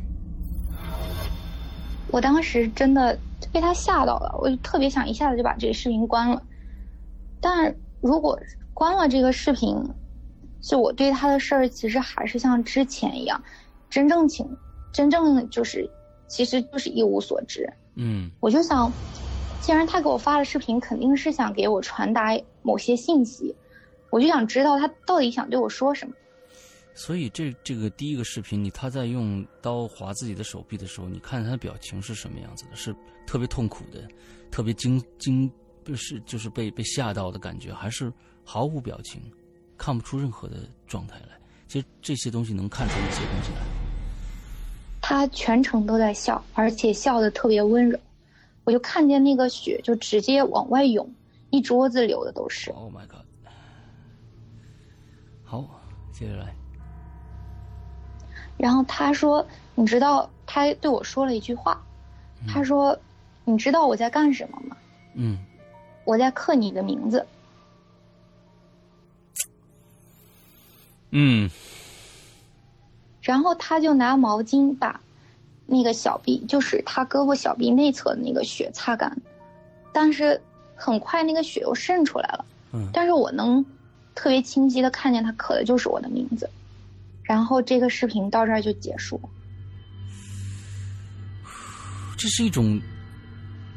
Speaker 2: 我当时真的被他吓到了，我就特别想一下子就把这个视频关了。但如果关了这个视频，就我对他的事儿其实还是像之前一样，真正情，真正就是，其实就是一无所知。
Speaker 1: 嗯
Speaker 2: 我就想，既然他给我发了视频，肯定是想给我传达某些信息，我就想知道他到底想对我说什么。，
Speaker 1: 所以这这个第一个视频里，他在用刀划自己的手臂的时候，你看他的表情是什么样子的？是特别痛苦的，特别惊惊，是就是被被吓到的感觉，还是毫无表情，看不出任何的状态来？其实这些东西能看出一些东西来。
Speaker 2: 他全程都在笑，而且笑得特别温柔。我就看见那个血就直接往外涌，一桌子流的都是。
Speaker 1: Oh my god！好，接着来。
Speaker 2: 然后他说，你知道他对我说了一句话，他说，你知道我在干什么吗？
Speaker 1: 嗯，
Speaker 2: 我在刻你的名字。
Speaker 1: 嗯，
Speaker 2: 然后他就拿毛巾把那个小臂，就是他胳膊小臂内侧的那个血擦干，但是很快那个血又渗出来了。
Speaker 1: 嗯，
Speaker 2: 但是我能特别清晰的看见他刻的就是我的名字。然后这个视频到这儿就结束。
Speaker 1: 这是一种，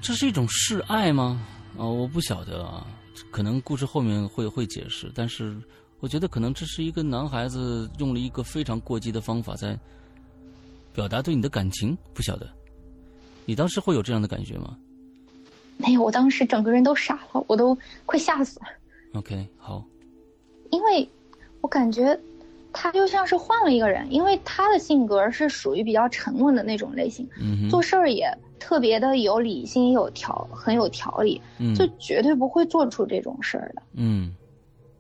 Speaker 1: 这是一种示爱吗？啊、我不晓得啊，可能故事后面会会解释，但是我觉得可能这是一个男孩子用了一个非常过激的方法在表达对你的感情，不晓得。你当时会有这样的感觉吗
Speaker 2: 没哎有，我当时整个人都傻了，我都快吓死了，
Speaker 1: ？OK，好，
Speaker 2: 因为我感觉他就像是换了一个人，因为他的性格是属于比较沉稳的那种类型，
Speaker 1: 嗯
Speaker 2: 做
Speaker 1: 哼，
Speaker 2: 事儿也特别的有理性，有条，很有条理，
Speaker 1: 嗯
Speaker 2: 就绝对不会做出这种事儿的。
Speaker 1: 嗯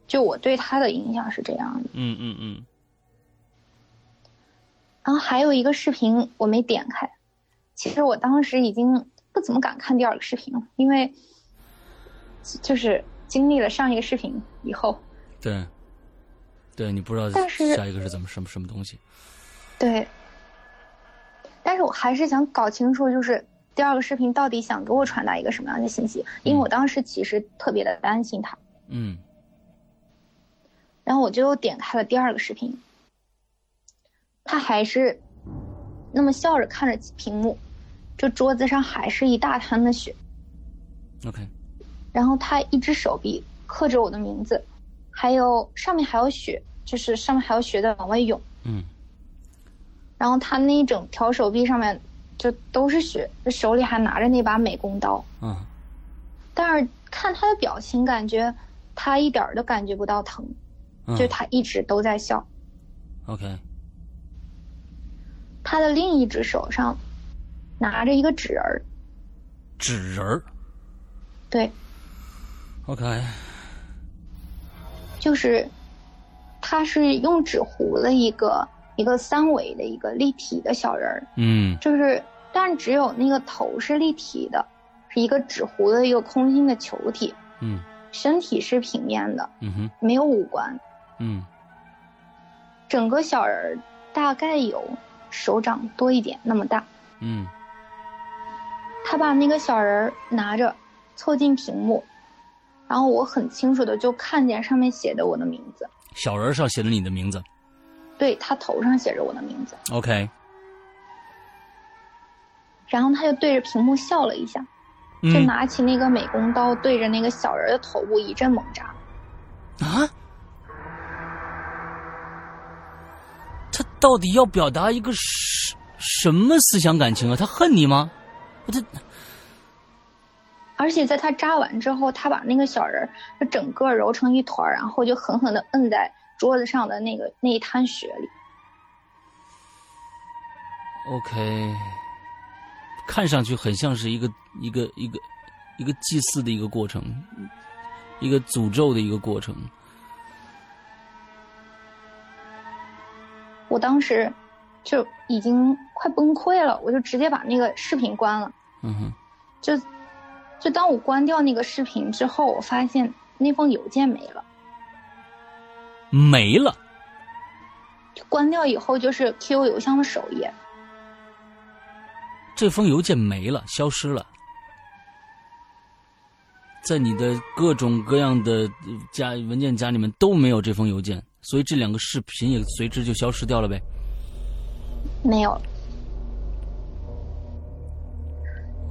Speaker 2: 就我对他的影响是这样的。
Speaker 1: 嗯嗯嗯，
Speaker 2: 然后还有一个视频我没点开，其实我当时已经不怎么敢看第二个视频了，因为就是经历了上一个视频以后，
Speaker 1: 对，对你不知道
Speaker 2: 但是
Speaker 1: 下一个是怎么什么什么东西，
Speaker 2: 对。但是我还是想搞清楚，就是第二个视频到底想给我传达一个什么样的信息，因为我当时其实特别的担心他，
Speaker 1: 嗯
Speaker 2: 然后我就点开了第二个视频，他还是那么笑着看着屏幕，就桌子上还是一大滩的血，
Speaker 1: ，OK，
Speaker 2: 然后他一只手臂刻着我的名字，还有上面还有血，就是上面还有血在往外涌，
Speaker 1: 嗯
Speaker 2: 然后他那一整条手臂上面就都是血，手里还拿着那把美工刀，
Speaker 1: 啊，
Speaker 2: 但是看他的表情，感觉他一点儿都感觉不到疼，
Speaker 1: 嗯
Speaker 2: 就他一直都在笑。
Speaker 1: ，OK，
Speaker 2: 他的另一只手上拿着一个纸人儿，
Speaker 1: 纸人儿
Speaker 2: 对，
Speaker 1: ，OK，
Speaker 2: 就是他是用纸糊了一个一个三维的一个立体的小人儿。
Speaker 1: 嗯
Speaker 2: 就是，但只有那个头是立体的，是一个纸糊的一个空心的球体，
Speaker 1: 嗯
Speaker 2: 身体是平面的，
Speaker 1: 嗯哼
Speaker 2: 没有五官。
Speaker 1: 嗯
Speaker 2: 整个小人儿大概有手掌多一点那么大。
Speaker 1: 嗯
Speaker 2: 他把那个小人儿拿着凑近屏幕，然后我很清楚的就看见上面写的我的名字，
Speaker 1: 小人儿上写着你的名字
Speaker 2: 对他头上写着我的名字，
Speaker 1: ，OK，
Speaker 2: 然后他就对着屏幕笑了一下，就
Speaker 1: 嗯
Speaker 2: 拿起那个美工刀对着那个小人儿的头部一阵猛扎。
Speaker 1: 啊，他到底要表达一个什什么思想感情啊？他恨你吗？他
Speaker 2: 而且在他扎完之后，他把那个小人儿就整个揉成一团儿，然后就狠狠的摁在桌子上的那个那一滩血里。
Speaker 1: OK，看上去很像是一个一个一个一个祭祀的一个过程，一个诅咒的一个过程。
Speaker 2: 我当时就已经快崩溃了，我就直接把那个视频关了。
Speaker 1: 嗯哼，
Speaker 2: 就就当我关掉那个视频之后，我发现那封邮件没了。
Speaker 1: 没了。
Speaker 2: 就关掉以后就是 QQ 邮箱的首页，
Speaker 1: 这封邮件没了，消失了，在你的各种各样的呃夹文件夹里面都没有这封邮件，所以这两个视频也随之就消失掉了呗。
Speaker 2: 没有了。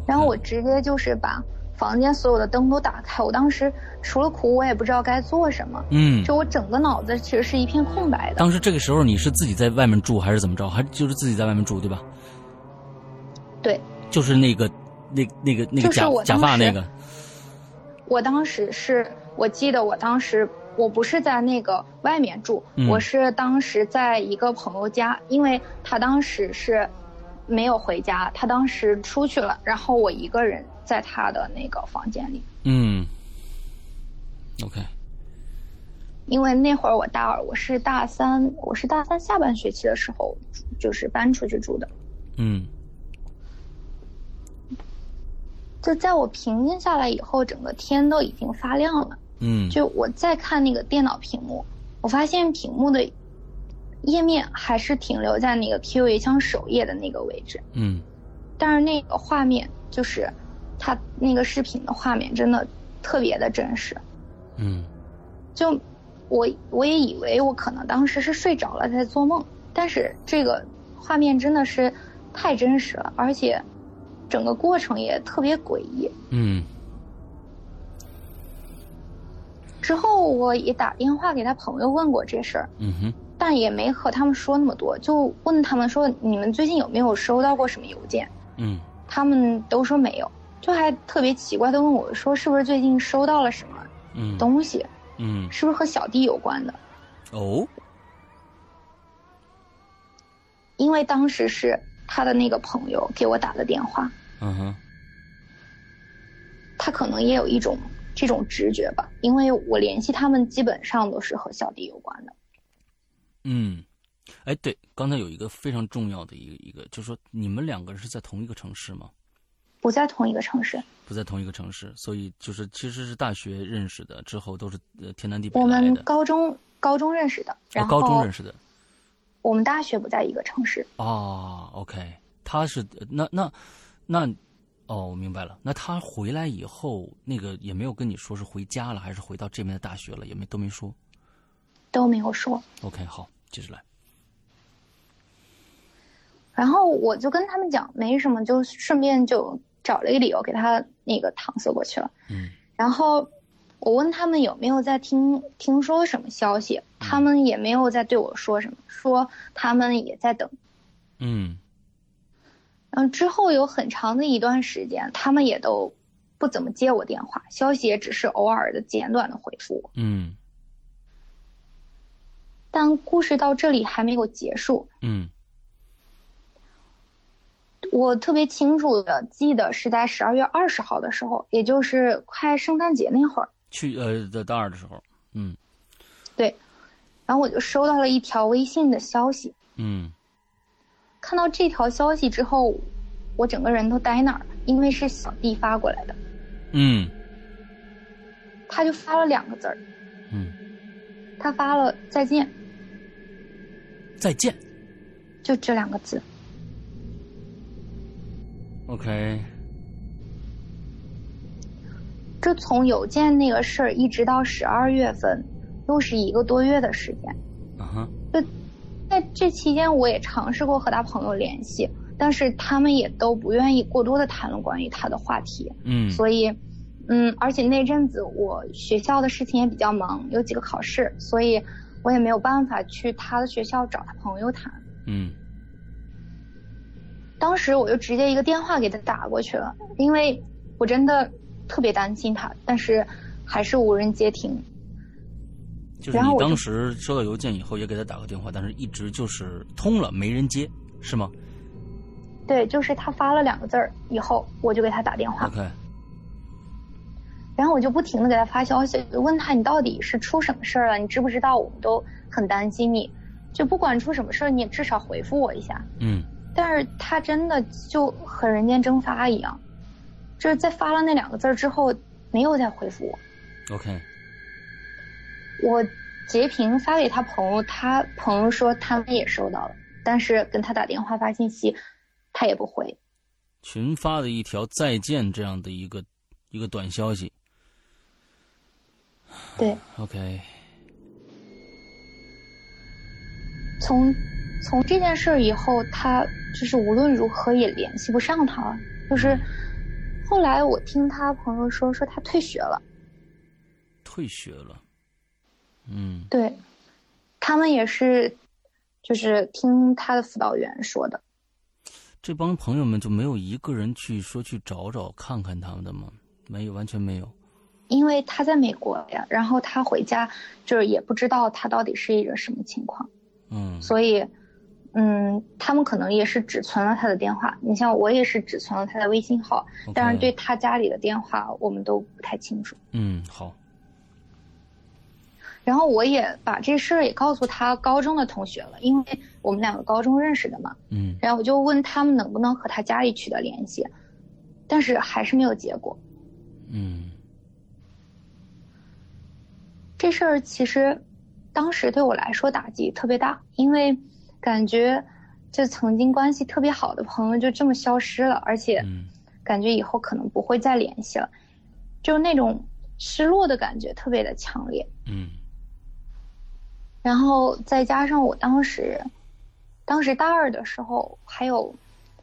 Speaker 2: 然后我
Speaker 1: 嗯
Speaker 2: 直接就是把房间所有的灯都打开，我当时除了哭，我也不知道该做什么。
Speaker 1: 嗯，
Speaker 2: 就我整个脑子其实是一片空白的。
Speaker 1: 当时这个时候你是自己在外面住还是怎么着？还就是自己在外面住对吧？
Speaker 2: 对
Speaker 1: 就是那个那那个那个
Speaker 2: 就是
Speaker 1: 假
Speaker 2: 我
Speaker 1: 假
Speaker 2: 当
Speaker 1: 发那
Speaker 2: 时
Speaker 1: 个，
Speaker 2: 我当时是我记得我当时我不是在那个外面住，
Speaker 1: 嗯
Speaker 2: 我是当时在一个朋友家，因为他当时是没有回家，他当时出去了，然后我一个人在
Speaker 1: 嗯
Speaker 2: 他的那个房间里。
Speaker 1: 嗯，OK，
Speaker 2: 因为那会儿我大二，我是大三，我是大三下半学期的时候，就是搬出去住的。
Speaker 1: 嗯，
Speaker 2: 就在我平静下来以后，整个天都已经发亮了。
Speaker 1: 嗯，
Speaker 2: 就我再看那个电脑屏幕，我发现屏幕的页面还是停留在那个 QA 枪首页的那个位置，
Speaker 1: 嗯
Speaker 2: 但是那个画面就是它那个视频的画面真的特别的真实。
Speaker 1: 嗯
Speaker 2: 就我我也以为我可能当时是睡着了在做梦，但是这个画面真的是太真实了，而且整个过程也特别诡异。
Speaker 1: 嗯
Speaker 2: 之后我也打电话给他朋友问过这事儿，
Speaker 1: 嗯哼，
Speaker 2: 但也没和他们说那么多，就问他们说你们最近有没有收到过什么邮件？
Speaker 1: 嗯
Speaker 2: 他们都说没有，就还特别奇怪的问我说是不是最近收到了什么
Speaker 1: 嗯，
Speaker 2: 东西，
Speaker 1: 嗯
Speaker 2: 是不是和小弟有关的？
Speaker 1: 哦，
Speaker 2: 因为当时是他的那个朋友给我打的电话，
Speaker 1: 嗯哼，
Speaker 2: 他可能也有一种这种直觉吧，因为我联系他们基本上都是和小弟有关的。
Speaker 1: 嗯，哎，对，刚才有一个非常重要的一个一个，就是说你们两个人是在同一个城市吗？
Speaker 2: 不在同一个城市，
Speaker 1: 不在同一个城市，所以就是其实是大学认识的，之后都是呃天南地北
Speaker 2: 我
Speaker 1: 来
Speaker 2: 们
Speaker 1: 的，
Speaker 2: 高中高中认识的，
Speaker 1: 哦
Speaker 2: 然
Speaker 1: 高中
Speaker 2: 后
Speaker 1: 认识的。
Speaker 2: 我们大学不在一个城市，
Speaker 1: 啊，OK，他是那那那，哦，我明白了。那他回来以后，那个也没有跟你说是回家了，还是回到这边的大学了，也没都没说。
Speaker 2: 都没有说。
Speaker 1: OK，好，接着来。
Speaker 2: 然后我就跟他们讲没什么，就顺便就找了一个理由给他那个搪塞过去了。
Speaker 1: 嗯
Speaker 2: 然后我问他们有没有在听听说什么消息，他们也没有在对我说什么，说他们也在等。
Speaker 1: 嗯
Speaker 2: 然后之后有很长的一段时间，他们也都不怎么接我电话，消息也只是偶尔的简短的回复我。
Speaker 1: 嗯
Speaker 2: 但故事到这里还没有结束，
Speaker 1: 嗯
Speaker 2: 我特别清楚的记得是在十二月二十号的时候，也就是快圣诞节那会儿，
Speaker 1: 去呃，在大二的时候，嗯
Speaker 2: 对。然后我就收到了一条微信的消息，
Speaker 1: 嗯
Speaker 2: 看到这条消息之后，我整个人都呆那儿了，因为是小弟发过来的，
Speaker 1: 嗯
Speaker 2: 他就发了两个字儿，
Speaker 1: 嗯，
Speaker 2: 他发了再见，
Speaker 1: 再见。
Speaker 2: 就这两个字。
Speaker 1: OK，
Speaker 2: 这从邮件那个事儿一直到十二月份，又是一个多月的时间。
Speaker 1: 啊哈，
Speaker 2: 在这期间，我也尝试过和他朋友联系，但是他们也都不愿意过多的谈论关于他的话题。
Speaker 1: 嗯
Speaker 2: 所以，嗯，而且那阵子我学校的事情也比较忙，有几个考试，所以我也没有办法去他的学校找他朋友谈。
Speaker 1: 嗯
Speaker 2: 当时我就直接一个电话给他打过去了，因为我真的特别担心他，但是还是无人接听。
Speaker 1: 就是
Speaker 2: 然后
Speaker 1: 你
Speaker 2: 我就
Speaker 1: 当时收到邮件以后，也给他打个电话，但是一直就是通了，没人接，是吗
Speaker 2: 对，就是他发了两个字儿以后，我就给他打电话，
Speaker 1: ？OK，
Speaker 2: 然后我就不停的给他发消息，我就问他你到底是出什么事儿了？你知不知道？我们都很担心你，就不管出什么事儿，你也至少回复我一下。
Speaker 1: 嗯
Speaker 2: 但是他真的就和人间蒸发一样，就是在发了那两个字儿之后，没有再回复我。
Speaker 1: ，OK，
Speaker 2: 我截屏发给他朋友，他朋友说他们也收到了，但是跟他打电话发信息，他也不回。
Speaker 1: 群发的一条再见这样的一个一个短消息。
Speaker 2: 对，
Speaker 1: OK，
Speaker 2: 从从这件事儿以后，他就是无论如何也联系不上他了。就是后来我听他朋友说，说他退学了。
Speaker 1: 退学了。嗯
Speaker 2: 对，他们也是，就是听他的辅导员说的。
Speaker 1: 这帮朋友们就没有一个人去说去找找看看他们的吗？没有，完全没有。
Speaker 2: 因为他在美国呀，然后他回家就是也不知道他到底是一个什么情况，
Speaker 1: 嗯
Speaker 2: 所以，嗯，他们可能也是只存了他的电话。你像我也是只存了他的微信号，
Speaker 1: OK
Speaker 2: 但是对他
Speaker 1: 嗯
Speaker 2: 家里的电话我们都不太清楚。
Speaker 1: 嗯，好，
Speaker 2: 然后我也把这事儿也告诉他高中的同学了，因为我们两个高中认识的嘛。
Speaker 1: 嗯，
Speaker 2: 然后我就问他们能不能和他家里取得联系，但是还是没有结果。
Speaker 1: 嗯，
Speaker 2: 这事儿其实当时对我来说打击特别大，因为感觉就曾经关系特别好的朋友就这么消失了，而且
Speaker 1: 嗯
Speaker 2: 感觉以后可能不会再联系了，就那种失落的感觉特别的强烈。
Speaker 1: 嗯
Speaker 2: 然后再加上我当时，当时大二的时候还有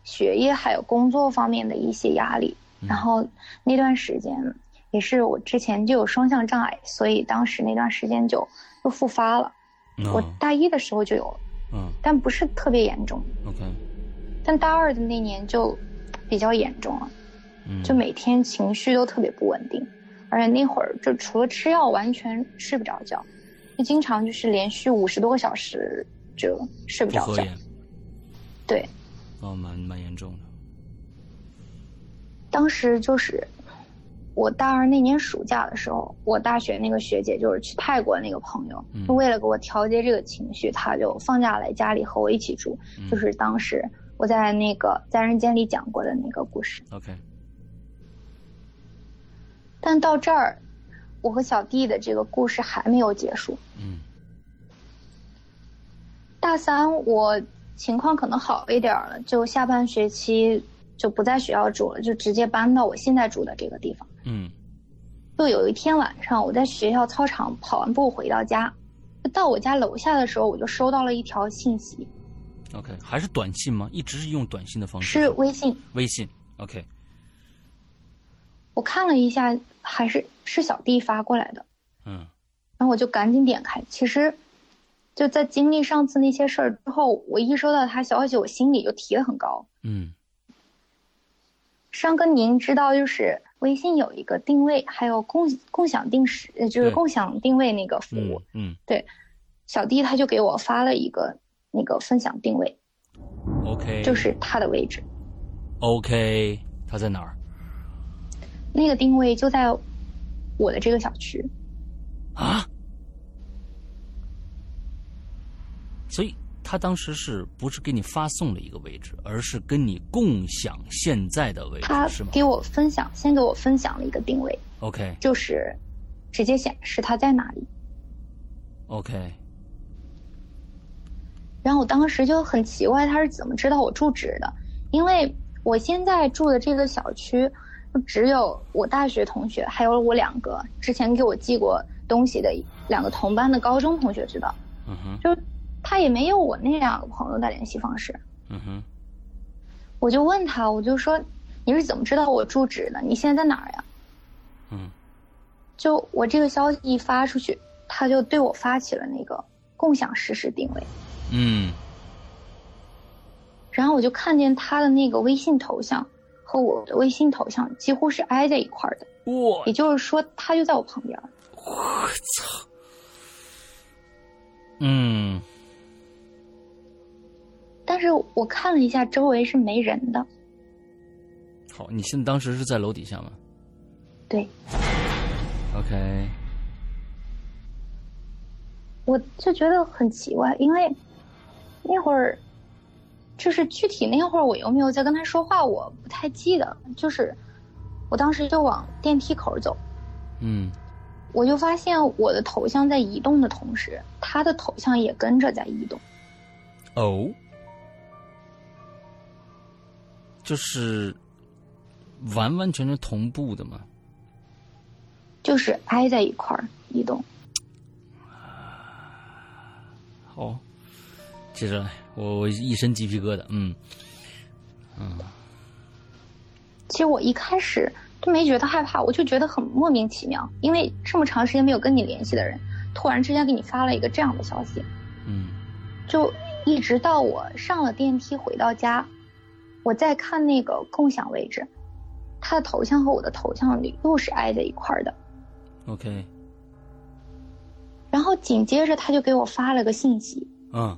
Speaker 2: 学业还有工作方面的一些压力，
Speaker 1: 嗯
Speaker 2: 然后那段时间也是我之前就有双向障碍，所以当时那段时间就又复发了。我
Speaker 1: 哦
Speaker 2: 大一的时候就有了，
Speaker 1: 嗯
Speaker 2: 但不是特别严重，
Speaker 1: ，OK，
Speaker 2: 但大二的那年就比较严重了，
Speaker 1: 嗯，
Speaker 2: 就每天情绪都特别不稳定，而且那会儿就除了吃药完全睡不着觉，就经常就是连续五十多个小时就睡不
Speaker 1: 不
Speaker 2: 着
Speaker 1: 合
Speaker 2: 觉。
Speaker 1: 眼，
Speaker 2: 对，
Speaker 1: 哦，蛮蛮严重的，
Speaker 2: 当时就是我大二那年暑假的时候，我大学那个学姐就是去泰国那个朋友，
Speaker 1: 嗯
Speaker 2: 就为了给我调节这个情绪，她就放假来家里和我一起住，
Speaker 1: 嗯
Speaker 2: 就是当时我在那个在人间里讲过的那个故事。
Speaker 1: OK，
Speaker 2: 但到这儿，我和小弟的这个故事还没有结束。
Speaker 1: 嗯
Speaker 2: 大三我情况可能好一点儿了，就下半学期就不在学校住了，就直接搬到我现在住的这个地方。
Speaker 1: 嗯
Speaker 2: 就有一天晚上，我在学校操场跑完步回到家，就到我家楼下的时候，我就收到了一条信息，
Speaker 1: ，OK，还是短信吗？一直是用短信的方式，
Speaker 2: 是微信。
Speaker 1: 微信，OK，
Speaker 2: 我看了一下，还是是小弟发过来的，
Speaker 1: 嗯
Speaker 2: 然后我就赶紧点开。其实，就在经历上次那些事儿之后，我一收到他消息，我心里就提得很高。
Speaker 1: 嗯
Speaker 2: 上哥，您知道就是微信有一个定位，还有共共享定时，呃就是
Speaker 1: 对
Speaker 2: 共享定位那个服务。
Speaker 1: 嗯嗯
Speaker 2: 小弟他就给我发了一个那个分享定位，
Speaker 1: ，OK，
Speaker 2: 就是他的位置。
Speaker 1: OK，他在哪儿
Speaker 2: 那个定位就在我的这个小区。
Speaker 1: 啊？所以他当时是不是给你发送了一个位置，而是跟你共享现在的位置
Speaker 2: 他
Speaker 1: 哎是吗
Speaker 2: 给我分享，先给我分享了一个定位，
Speaker 1: ？OK
Speaker 2: 就是直接显示他在哪里。
Speaker 1: OK，
Speaker 2: 然后我当时就很奇怪，他是怎么知道我住址的？因为我现在住的这个小区，就只有我大学同学，还有我两个之前给我寄过东西的两个同班的高中同学知道，
Speaker 1: 嗯哼
Speaker 2: 就他也没有我那两个朋友的联系方式。
Speaker 1: 嗯哼，
Speaker 2: 我就问他，我就说你是怎么知道我住址的？你现在在哪儿呀？
Speaker 1: 嗯
Speaker 2: 就我这个消息一发出去，他就对我发起了那个共享实时定位，
Speaker 1: 嗯
Speaker 2: 然后我就看见他的那个微信头像和我的微信头像几乎是挨在一块儿的，
Speaker 1: 我
Speaker 2: 也就是说他就在我旁边儿。
Speaker 1: 嗯
Speaker 2: 但是我看了一下周围是没人的，
Speaker 1: 好，你现在当时是在楼底下吗
Speaker 2: 对
Speaker 1: ？OK，
Speaker 2: 我就觉得很奇怪，因为那会儿就是具体那会儿我有没有在跟他说话，我不太记得，就是我当时就往电梯口走。
Speaker 1: 嗯
Speaker 2: 我就发现我的头像在移动的同时，他的头像也跟着在移动。
Speaker 1: 哦，就是完完全全同步的嘛。
Speaker 2: 就是挨在一块儿移动。
Speaker 1: 好，接着来，我我一身鸡皮疙瘩。嗯
Speaker 2: 其实我一开始都没觉得害怕，我就觉得很莫名其妙，因为这么长时间没有跟你联系的人，突然之间给你发了一个这样的消息，
Speaker 1: 嗯
Speaker 2: 就一直到我上了电梯回到家，我再看那个共享位置，他的头像和我的头像里又是挨在一块儿的。
Speaker 1: ，OK，
Speaker 2: 然后紧接着他就给我发了个信息，
Speaker 1: 嗯，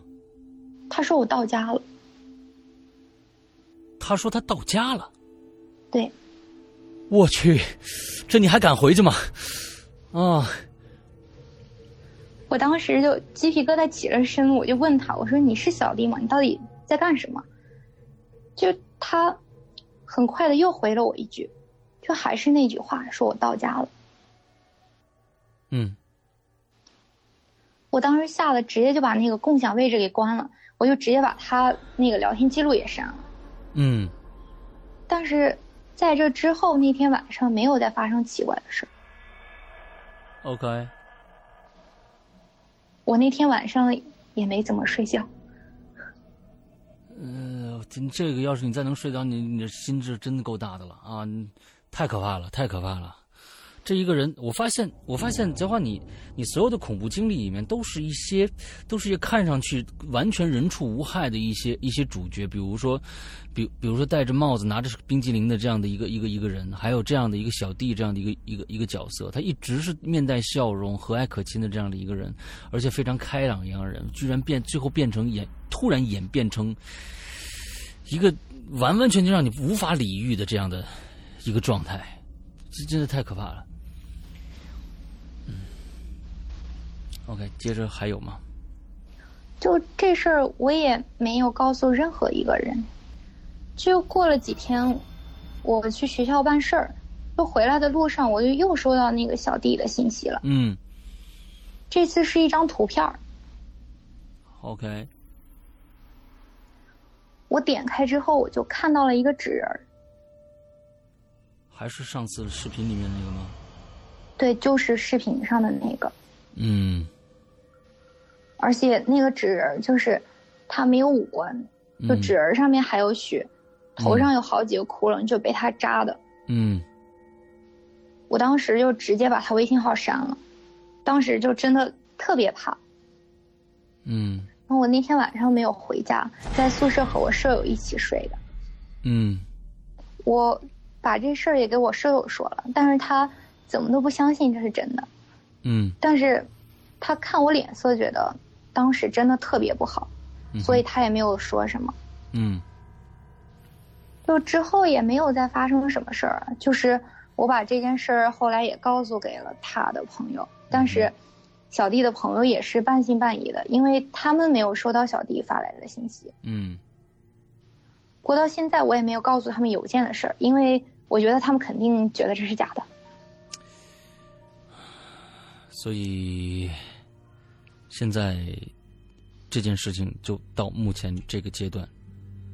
Speaker 2: 他说我到家了。
Speaker 1: 他说他到家了，
Speaker 2: 对，
Speaker 1: 我去，这你还敢回去吗？啊、
Speaker 2: 我当时就鸡皮疙瘩起了身，我就问他，我说你是小丽吗？你到底在干什么？就他很快的又回了我一句，就还是那句话，说我到家了。
Speaker 1: 嗯，
Speaker 2: 我当时吓得直接就把那个共享位置给关了，我就直接把他那个聊天记录也删了。
Speaker 1: 嗯，
Speaker 2: 但是在这之后那天晚上没有再发生奇怪的事。
Speaker 1: OK，
Speaker 2: 我那天晚上也没怎么睡觉。
Speaker 1: 呃，真这个要是你再能睡着，你你的心智真的够大的了啊！太可怕了，太可怕了。这一个人，我发现，我发现泽华，你你所有的恐怖经历里面，都是一些，都是一些看上去完全人畜无害的一些一些主角，比如说，比比如说戴着帽子拿着冰激凌的这样的一个一个一个人，还有这样的一个小弟这样的一个一个一个角色，他一直是面带笑容、和蔼可亲的这样的一个人，而且非常开朗一样的人，居然变最后变成演突然演变成一个完完全全让你无法理喻的这样的一个状态，这真的太可怕了。OK，接着还有吗？
Speaker 2: 就这事儿，我也没有告诉任何一个人。就过了几天，我去学校办事儿，就回来的路上，我就又收到那个小弟的信息了。
Speaker 1: 嗯
Speaker 2: 这次是一张图片儿，
Speaker 1: ，OK，
Speaker 2: 我点开之后，我就看到了一个纸人儿，
Speaker 1: 还是上次视频里面那个吗？
Speaker 2: 对，就是视频上的那个，
Speaker 1: 嗯
Speaker 2: 而且那个纸人儿就是他没有五官，就
Speaker 1: 嗯
Speaker 2: 纸人儿上面还有血，头上有好几个窟窿，就被他扎的。
Speaker 1: 嗯
Speaker 2: 我当时就直接把他微信号删了，当时就真的特别怕。
Speaker 1: 嗯
Speaker 2: 然后我那天晚上没有回家，在宿舍和我舍友一起睡的。
Speaker 1: 嗯
Speaker 2: 我把这事儿也给我舍友说了，但是他怎么都不相信这是真的。
Speaker 1: 嗯
Speaker 2: 但是，他看我脸色，觉得当时真的特别不好，
Speaker 1: 嗯，
Speaker 2: 所以他也没有说什么。
Speaker 1: 嗯
Speaker 2: 就之后也没有再发生什么事儿，就是我把这件事儿后来也告诉给了他的朋友，但是小弟的朋友也是半信半疑的，因为他们没有收到小弟发来的信息。
Speaker 1: 嗯
Speaker 2: 不过到现在我也没有告诉他们邮件的事儿，因为我觉得他们肯定觉得这是假的。
Speaker 1: 所以现在这件事情就到目前这个阶段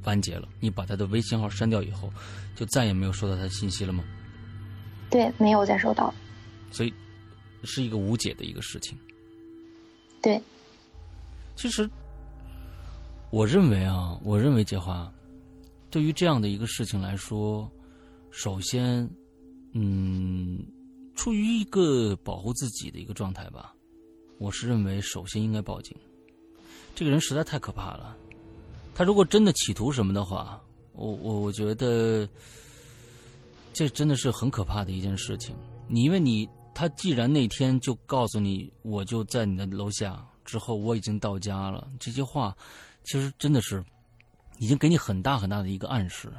Speaker 1: 完结了。你把他的微信号删掉以后，就再也没有收到他的信息了吗？
Speaker 2: 对，没有再收到。
Speaker 1: 所以是一个无解的一个事情。
Speaker 2: 对，
Speaker 1: 其实，我认为啊，我认为杰华，对于这样的一个事情来说，首先，嗯，出于一个保护自己的一个状态吧，我是认为首先应该报警。这个人实在太可怕了，他如果真的企图什么的话，我我我觉得，这真的是很可怕的一件事情。你因为你他既然那天就告诉你，我就在你的楼下，之后我已经到家了，这些话其实真的是已经给你很大很大的一个暗示，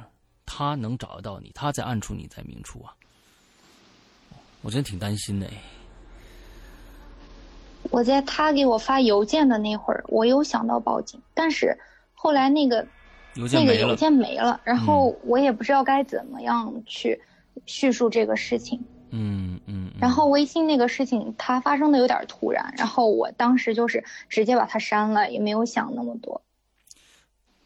Speaker 1: 他能找得到你，他在暗处，你在明处啊。我真挺担心的，
Speaker 2: 我在他给我发邮件的那会儿，我有想到报警，但是后来那个
Speaker 1: 邮件
Speaker 2: 那个
Speaker 1: 没
Speaker 2: 邮
Speaker 1: 了。嗯
Speaker 2: 件没了，然后我也不知道该怎么样去叙述这个事情。
Speaker 1: 嗯嗯。嗯
Speaker 2: 然后微信那个事情，它发生的有点突然，然后我当时就是直接把它删了，也没有想那么多。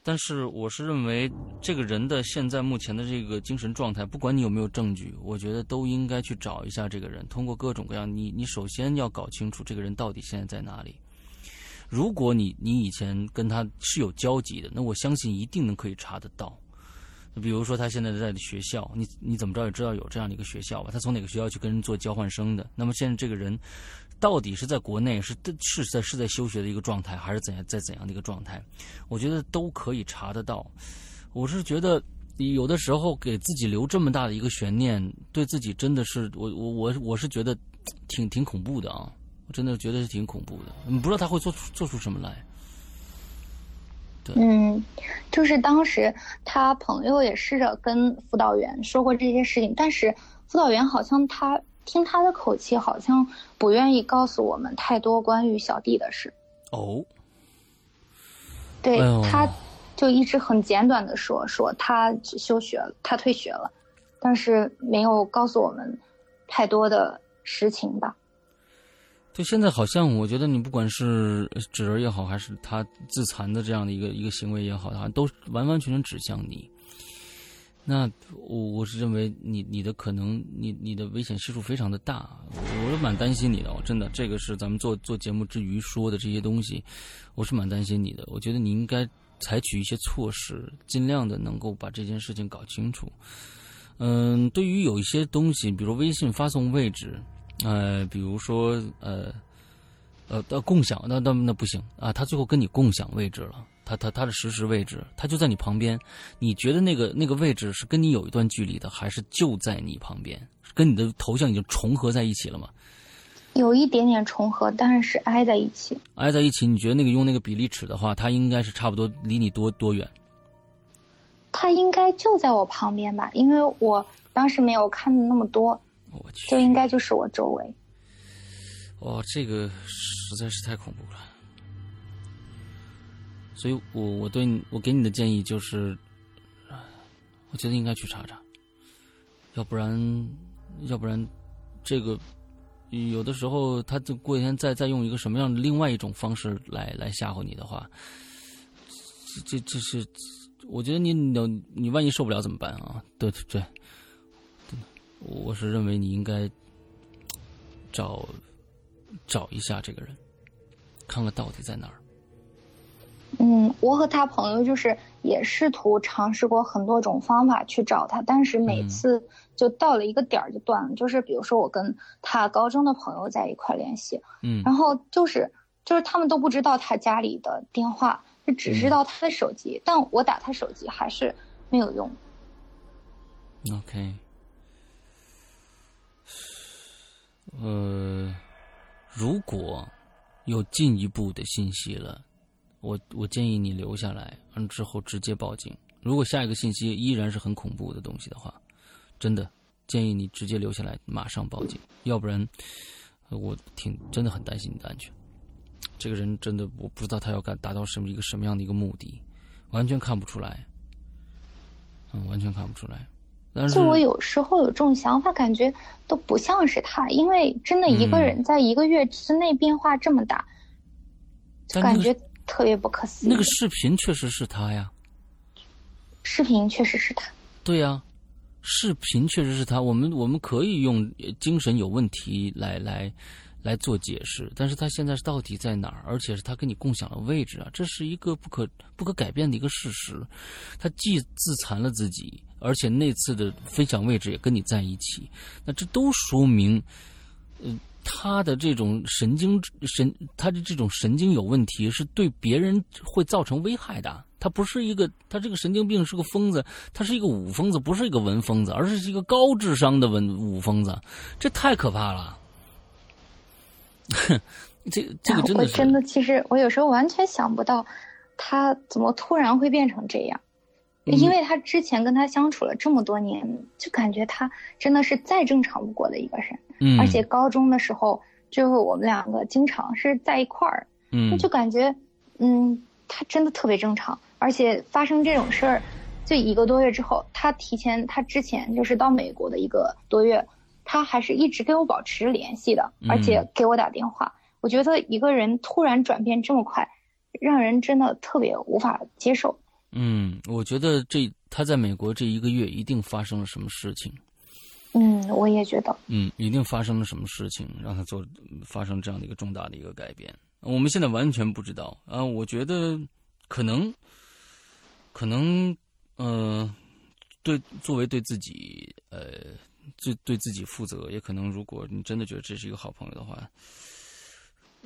Speaker 1: 但是我是认为，这个人的现在目前的这个精神状态，不管你有没有证据，我觉得都应该去找一下这个人，通过各种各样，你你首先要搞清楚这个人到底现在在哪里。如果你你以前跟他是有交集的，那我相信一定能可以查得到。比如说他现在在的学校，你你怎么着也知道有这样的一个学校吧？他从哪个学校去跟人做交换生的？那么现在这个人到底是在国内是是在是在休学的一个状态，还是怎样在怎样的一个状态？我觉得都可以查得到。我是觉得有的时候给自己留这么大的一个悬念，对自己真的是我我我我是觉得挺挺恐怖的啊！我真的觉得是挺恐怖的，你不知道他会做出做出什么来。
Speaker 2: 嗯，就是当时他朋友也试着跟辅导员说过这些事情，但是辅导员好像他听他的口气，好像不愿意告诉我们太多关于小弟的事。
Speaker 1: 哦，
Speaker 2: 对，
Speaker 1: 哎呦
Speaker 2: 他就一直很简短的说，说他休学了，他退学了，但是没有告诉我们太多的实情吧。
Speaker 1: 就现在好像我觉得你不管是纸人也好，还是他自残的这样的一个一个行为也好，好像都完完全全指向你。那我我是认为你你的可能你你的危险系数非常的大，我我是蛮担心你的，我哦真的这个是咱们做做节目之余说的这些东西，我是蛮担心你的。我觉得你应该采取一些措施，尽量的能够把这件事情搞清楚。嗯，对于有一些东西，比如微信发送位置，呃，比如说呃呃呃共享，那那那不行啊，他最后跟你共享位置了，他他他的实时位置，他就在你旁边，你觉得那个那个位置是跟你有一段距离的，还是就在你旁边，跟你的头像已经重合在一起了嘛？
Speaker 2: 有一点点重合，但是是挨在一起。
Speaker 1: 挨在一起，你觉得那个用那个比例尺的话，它应该是差不多离你多多远？
Speaker 2: 他应该就在我旁边吧，因为我当时没有看的那么多，
Speaker 1: 我去，
Speaker 2: 就应该就是我周围。
Speaker 1: 哇，这个实在是太恐怖了。所以我我对你我给你的建议就是，啊我觉得应该去查查，要不然要不然这个有的时候他就过几天再再用一个什么样的另外一种方式来来吓唬你的话，这这这是我觉得你你你万一受不了怎么办啊？对对对，我是认为你应该找找一下这个人，看看到底在哪儿。
Speaker 2: 嗯，我和他朋友就是也试图尝试过很多种方法去找他，但是每次就到了一个点儿就断了。就是比如说我跟他高中的朋友在一块儿联系，
Speaker 1: 嗯
Speaker 2: 然后就是就是他们都不知道他家里的电话，就只知道他的手机，但我打他手机还是没有用。
Speaker 1: 嗯，OK。呃，如果有进一步的信息了，我我建议你留下来，完之后直接报警。如果下一个信息依然是很恐怖的东西的话，真的建议你直接留下来，马上报警，要不然呃我挺真的很担心你的安全。这个人真的我不知道他要干达到什么一个什么样的一个目的，完全看不出来，嗯，完全看不出来。但是
Speaker 2: 就我有时候有这种想法，感觉都不像是他，因为真的一个
Speaker 1: 嗯
Speaker 2: 人在一个月之内变化这么大，就
Speaker 1: 但那
Speaker 2: 感
Speaker 1: 个
Speaker 2: 觉特别不可思议。
Speaker 1: 那个视频确实是他呀，
Speaker 2: 视频确实是他，
Speaker 1: 对呀、视频确实是他。我们我们可以用呃精神有问题来来来做解释，但是他现在是到底在哪儿？而且是他跟你共享了位置啊，这是一个不可不可改变的一个事实。他既自残了自己，而且那次的分享位置也跟你在一起，那这都说明，呃。他的这种神经神，他的这种神经有问题，是对别人会造成危害的。他不是一个，他这个神经病是个疯子，他是一个武疯子，不是一个文疯子，而是一个高智商的文武疯子，这太可怕了。 这这个真
Speaker 2: 哎我
Speaker 1: 的是
Speaker 2: 真的其实我有时候完全想不到，他怎么突然会变成这样。
Speaker 1: 嗯
Speaker 2: 因为他之前跟他相处了这么多年，就感觉他真的是再正常不过的一个人。
Speaker 1: 嗯，
Speaker 2: 而且高中的时候，就是我们两个经常是在一块儿，
Speaker 1: 嗯，
Speaker 2: 就感觉，嗯，他真的特别正常，而且发生这种事儿，就一个多月之后，他提前，他之前就是到美国的一个多月，他还是一直跟我保持联系的
Speaker 1: 嗯，
Speaker 2: 而且给我打电话。我觉得一个人突然转变这么快，让人真的特别无法接受。
Speaker 1: 嗯，我觉得这他在美国这一个月一定发生了什么事情。
Speaker 2: 嗯，我也觉得，
Speaker 1: 嗯，一定发生了什么事情让他做发生这样的一个重大的一个改变。我们现在完全不知道啊、我觉得可能，可能，呃，对，作为对自己，呃，对对自己负责，也可能，如果你真的觉得这是一个好朋友的话，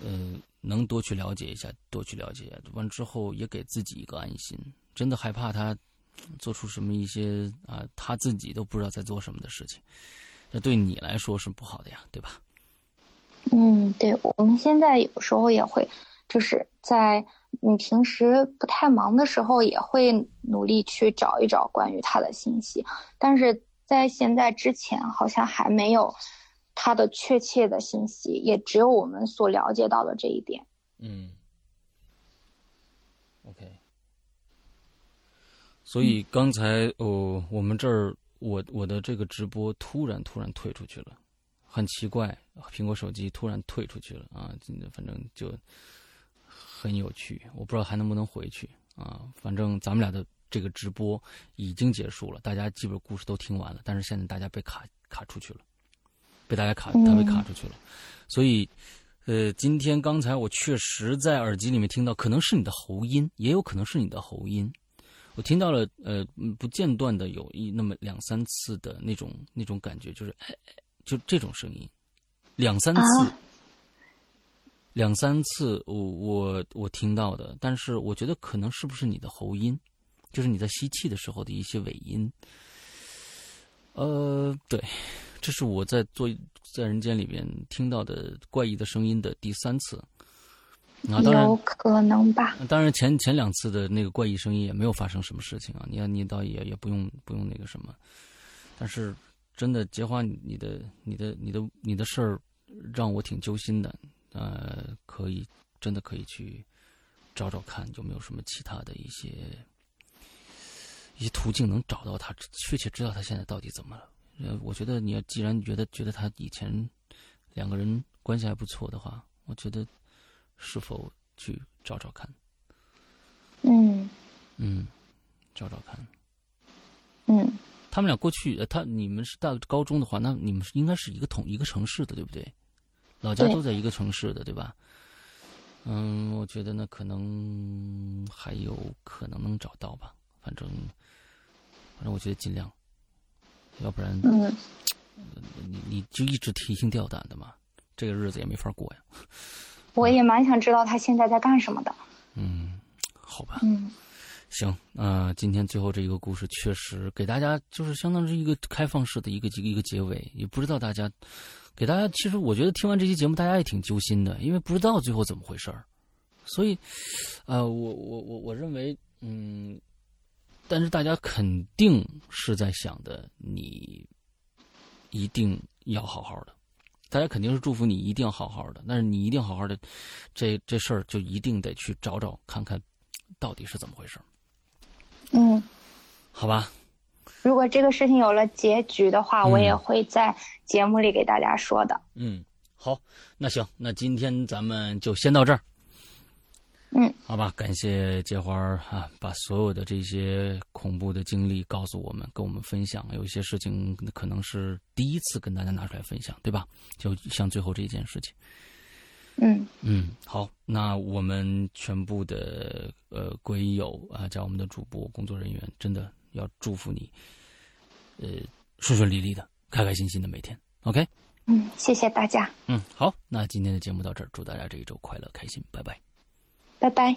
Speaker 1: 呃，能多去了解一下，多去了解一下，完之后也给自己一个安心。真的害怕他做出什么一些啊、他自己都不知道在做什么的事情。这对你来说是不好的呀，对吧？
Speaker 2: 嗯，对，我们现在有时候也会，就是在你平时不太忙的时候，也会努力去找一找关于他的信息，但是在现在之前好像还没有，它的确切的信息，也只有我们所了解到的这一点。
Speaker 1: 嗯，OK。所以刚才哦，我们这儿我我的这个直播突然突然退出去了，很奇怪，苹果手机突然退出去了啊，反正就很有趣，我不知道还能不能回去啊。反正咱们俩的这个直播已经结束了，大家基本故事都听完了，但是现在大家被卡卡出去了，被大家卡，他被卡出去了，所以。呃，今天刚才我确实在耳机里面听到，可能是你的喉音，也有可能是你的喉音，我听到了，呃，不间断的有一那么两三次的那种那种感觉，就是，就这种声音，两三次，啊、两三次我，我我我听到的，但是我觉得可能是不是你的喉音，就是你在吸气的时候的一些尾音，呃，对。这是我在做在人间里边听到的怪异的声音的第三次，啊，当然
Speaker 2: 有可能吧。
Speaker 1: 当然前前两次的那个怪异声音也没有发生什么事情啊，你你倒也也不用不用那个什么，但是真的结花，你的你的你的你的事儿让我挺揪心的，呃，可以真的可以去找找看有没有什么其他的一些一些途径能找到他，确切知道他现在到底怎么了。呃，我觉得你要既然觉得觉得他以前两个人关系还不错的话，我觉得是否去找找看？
Speaker 2: 嗯
Speaker 1: 嗯，找找看。
Speaker 2: 嗯，
Speaker 1: 他们俩过去，呃他你们是大高中的话，那你们应该是一个同一个城市的，对不对？老家都在一个城市的，对吧？嗯，我觉得呢，可能还有可能能找到吧。反正反正，我觉得尽量。要不然，
Speaker 2: 嗯，
Speaker 1: 你你就一直提心吊胆的嘛，这个日子也没法过呀。
Speaker 2: 我也蛮想知道他现在在干什么的。
Speaker 1: 嗯，好吧。
Speaker 2: 嗯，
Speaker 1: 行，啊、呃，今天最后这一个故事确实给大家就是相当是一个开放式的一个一个结尾，也不知道大家给大家，其实我觉得听完这期节目大家也挺揪心的，因为不知道最后怎么回事儿，所以，呃，我我我我认为，嗯。但是大家肯定是在想的，你一定要好好的。大家肯定是祝福你一定要好好的，但是你一定好好的，这这事儿就一定得去找找看看，到底是怎么回事。
Speaker 2: 嗯，
Speaker 1: 好吧。
Speaker 2: 如果这个事情有了结局的话，
Speaker 1: 嗯、
Speaker 2: 我也会在节目里给大家说的。
Speaker 1: 嗯，好，那行，那今天咱们就先到这儿。
Speaker 2: 嗯，
Speaker 1: 好吧，感谢结花啊，把所有的这些恐怖的经历告诉我们，跟我们分享。有一些事情可能是第一次跟大家拿出来分享，对吧？就像最后这一件事情。
Speaker 2: 嗯
Speaker 1: 嗯，好，那我们全部的呃鬼友啊，加我们的主播工作人员，真的要祝福你，呃，顺顺利利的，开开心心的每天。OK。
Speaker 2: 嗯，谢谢大家。
Speaker 1: 嗯，好，那今天的节目到这儿，祝大家这一周快乐开心，拜拜。
Speaker 2: 拜拜。